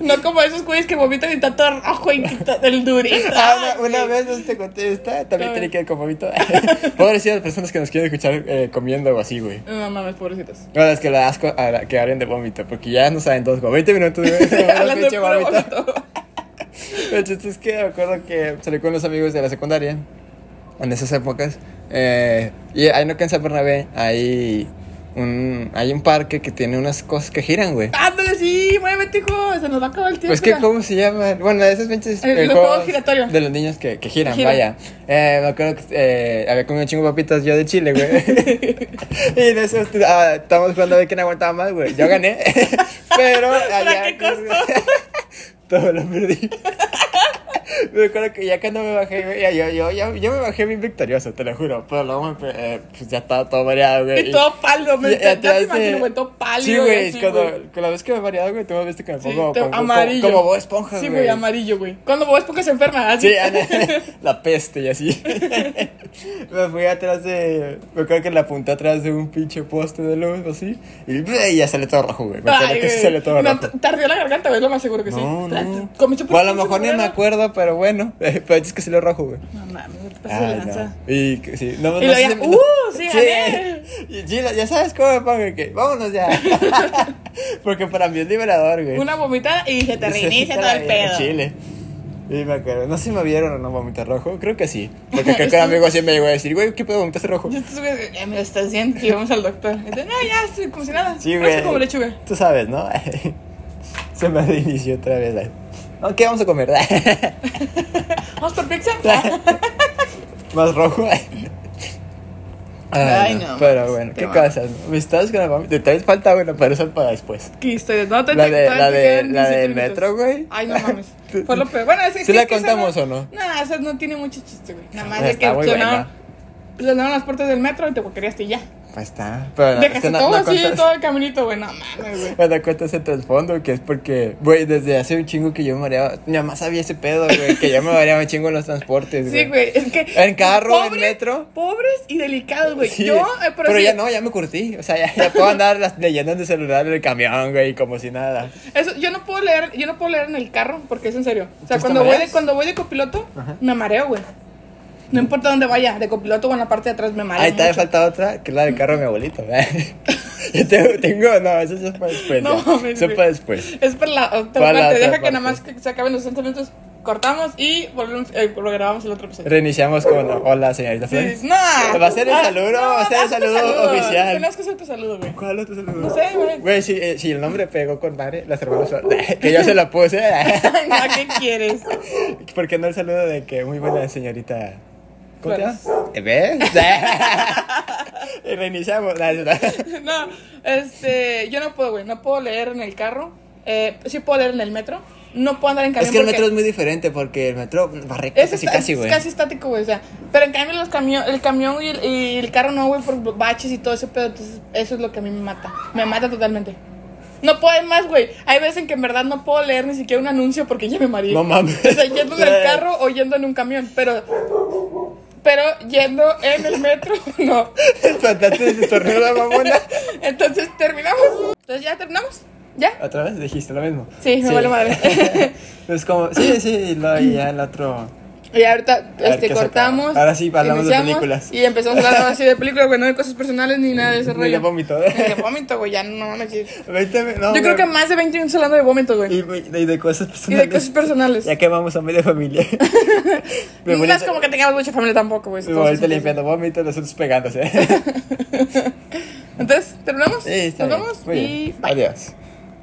B: No como esos güeyes que vomitan y tanto rojo y tanto- el durito.
A: Ah,
B: Ay,
A: una, una
B: güey.
A: vez no te conté esta, también
B: A
A: tenía
B: ver.
A: que ir con vómito. Pobrecillas las personas que nos quieren escuchar eh, comiendo o así, güey.
B: No mames, pobrecitos.
A: No, es que le da asco a la- que hablen de vómito, porque ya no saben dos, güey. 20 minutos, güey. de puro
B: Hablando de
A: pinche
B: puro
A: vómito.
B: vómito.
A: El chiste es que me acuerdo que salí con los amigos de la secundaria en esas épocas. eh, y ahí no que en San Bernabé hay un, hay un parque que tiene unas cosas que giran, güey.
B: Ándale, sí, muévete, hijo. Se nos va a acabar el tiempo.
A: Pues que,
B: ya.
A: ¿cómo se llaman? Bueno, esas pinches
B: Eh,
A: eh,
B: los juegos giratorios.
A: de los niños que, que giran,
B: Que giran.
A: vaya. Eh, me acuerdo que eh, había comido un chingo de papitas yo de Chile, güey. y en eso ah, estábamos jugando a ver quién aguantaba más, güey. Yo gané, pero... allá-
B: qué
A: pues,
B: costo?
A: Todo lo perdí. Me acuerdo que ya cuando me bajé, güey, ya- yo, yo, yo, yo me bajé bien victorioso, te lo juro. Pero luego me, eh, pues ya estaba todo mareado, güey.
B: Y todo pálido, me,
A: Ya- ya
B: ya,
A: te
B: te
A: hace-
B: imagino, güey, todo pálido.
A: Sí, güey,
B: así, güey.
A: cuando, con la vez que me he mareado, güey, tú me viste que me
B: Sí,
A: pongo
B: te-
A: como, como-
B: amarillo.
A: como Bob esponja,
B: Sí, güey, amarillo, güey. Cuando vos porque se enferma, así.
A: Sí, la peste y así. me fui atrás de. Me acuerdo que la apunté atrás de un pinche poste de luz, así. Y, ¡bre! y ya sale todo rojo, güey. Me acuerdo
B: Ay,
A: que sí
B: güey.
A: sale todo
B: No,
A: rojo.
B: te ardió la garganta, güey, es lo más seguro que sí.
A: No, no.
B: Comiste
A: O a lo
B: pinche
A: mejor ni me
B: culera.
A: acuerdo, pero bueno. Pero es que sí lo rojo, güey.
B: No mames, no te pases de
A: Ay,
B: Pues lanza.
A: no. Y que- sí, no,
B: Y
A: no
B: luego ya,
A: sé-
B: ¡uh! Sí, gané.
A: Y- sí, la- ya sabes cómo me pongo, que vámonos ya. Porque para mí es liberador, güey.
B: Una vomitada y se te reinicia todo el pedo.
A: Chile. Y me acuerdo, no sé si me vieron o no vomitar rojo, creo que sí. Porque creo que un amigo siempre llegó a decir, güey, ¿qué pedo vomitaste rojo?
B: Y estos güeyes, ya me lo estás viendo, y vamos al doctor. Y dice, no, ya, sí, como si nada.
A: Sí,
B: Fresco
A: güey.
B: como lechuga.
A: Tú sabes, ¿no? Se me reinició otra vez. la- No, ¿Qué vamos a comer?
B: ¿Vamos por pizza? Ah,
A: Más rojo.
B: Ay, no. pues,
A: Pero bueno,
B: Qué
A: qué
B: mal.
A: cosas. ¿no? Amistades con la mami. Detalles falta, bueno, pero eso es para después.
B: ¿Qué historia? No, te
A: La
B: te-
A: de-
B: todavía
A: la
B: te
A: de-
B: quedan
A: la
B: 17
A: del
B: minutos.
A: metro, güey.
B: Ay, no mames. Fue lo peor. Bueno, es,
A: ¿Sí la
B: es que esa
A: contamos o no? Ah,
B: No, esa no tiene mucho chiste, güey. Nada más
A: Está
B: de que
A: muy
B: sonaron,
A: buena.
B: sonaron las puertas del metro y te querías y ya.
A: Pues está. Pero es
B: Dejaste
A: que no-
B: todo
A: no
B: así,
A: cuentas-
B: todo el caminito, güey. No mames, güey.
A: Cuando cuentas el trasfondo, que es porque, güey, desde hace un chingo que yo me mareaba. Mi mamá sabía ese pedo, güey, que yo me mareaba un chingo en los transportes,
B: Sí, güey, es que...
A: En carro, en
B: pobres-
A: metro.
B: Pobres y delicados, güey.
A: Sí,
B: Yo, eh, pero,
A: pero
B: sí,
A: ya no, ya me curtí. O sea, ya, ya puedo andar las leyendas de celular en el camión, güey, como si nada.
B: Eso, yo no puedo leer, yo no puedo leer en el carro, porque es en serio. O sea,
A: ¿Tú te
B: cuando voy, de,
A: mareas?
B: cuando voy de copiloto,
A: Ajá.
B: me mareo, güey. No importa dónde vaya, de copiloto o en la parte de atrás me mareo
A: Ahí te
B: mucho.
A: falta otra, que es la del carro de mi abuelito, ¿verdad? Yo tengo, tengo- no, eso ya es para después.
B: No
A: ya.
B: mames,
A: Eso es
B: güey.
A: para después.
B: Es por la otra
A: Para la
B: parte.
A: otra
B: Deja que nada más
A: parte.
B: que se acaben los 60 minutos, cortamos y volvemos, eh, lo grabamos el otro episodio.
A: Reiniciamos con hola, señorita Flores.
B: Sí, no.
A: ¿Eh? Va a ser el
B: Ah,
A: saludo,
B: no,
A: va a ser el
B: haz tu
A: saludo oficial.
B: Tenías que hacer tu saludo, güey.
A: ¿Cuál otro saludo?
B: No sé, güey.
A: Güey, si, eh, si el nombre pegó con madre, las hermanas son- que yo se la puse.
B: Ay, no, ¿Qué quieres?
A: ¿Por qué no el saludo de que muy buena señorita? ¿Cómo te
B: Oh. Flores.
A: llamas? ¿Eh, ¿Ves? y reiniciamos. Nah, nah.
B: No, este, yo no puedo, güey, no puedo leer en el carro, eh, sí puedo leer en el metro, no puedo andar en camión
A: Es que el
B: porque-
A: metro es muy diferente porque el metro va recto
B: es
A: casi
B: esta-
A: casi,
B: es
A: güey.
B: casi estático, güey, o sea, pero en cambio los camión, el camión y el, y el carro no, güey, por baches y todo ese pedo, entonces eso es lo que a mí me mata, me mata totalmente. No pueden más, güey. Hay veces en que en verdad no puedo leer ni siquiera un anuncio porque ya me mareé.
A: No mames.
B: O sea, yendo en el carro o yendo en un camión, pero... Pero yendo en el metro, no.
A: Espantaste de estornudo, mamona.
B: Entonces, ¿terminamos? Entonces, ¿ya terminamos? ¿Ya?
A: Otra vez dijiste lo mismo.
B: Sí, me vale madre.
A: Pues como, sí, sí, y luego ya el otro.
B: Y ahorita
A: ver,
B: este,
A: ¿qué
B: cortamos.
A: sacamos? Ahora sí, hablamos de
B: iniciamos
A: películas.
B: Y empezamos a hablar así de películas, güey, no de cosas personales ni nada de ese
A: Me le
B: rollo.
A: vomito.
B: Ni de vómito, güey, ya no mames. sí.
A: Veinte mi- no,
B: Yo creo
A: güey.
B: que más de 20 minutos hablando de vómito, güey.
A: Y, y de cosas
B: Y
A: personales.
B: de cosas personales.
A: Ya quemamos a media familia. Mi
B: No es
A: abuelita-
B: como que tengamos mucha familia tampoco, güey.
A: mi
B: entonces-
A: abuelita limpiando vómitos, nosotros pegándose.
B: Entonces, ¿terminamos?
A: Sí, está
B: Nos
A: bien.
B: vamos
A: Muy
B: y
A: bien.
B: bye.
A: Adiós.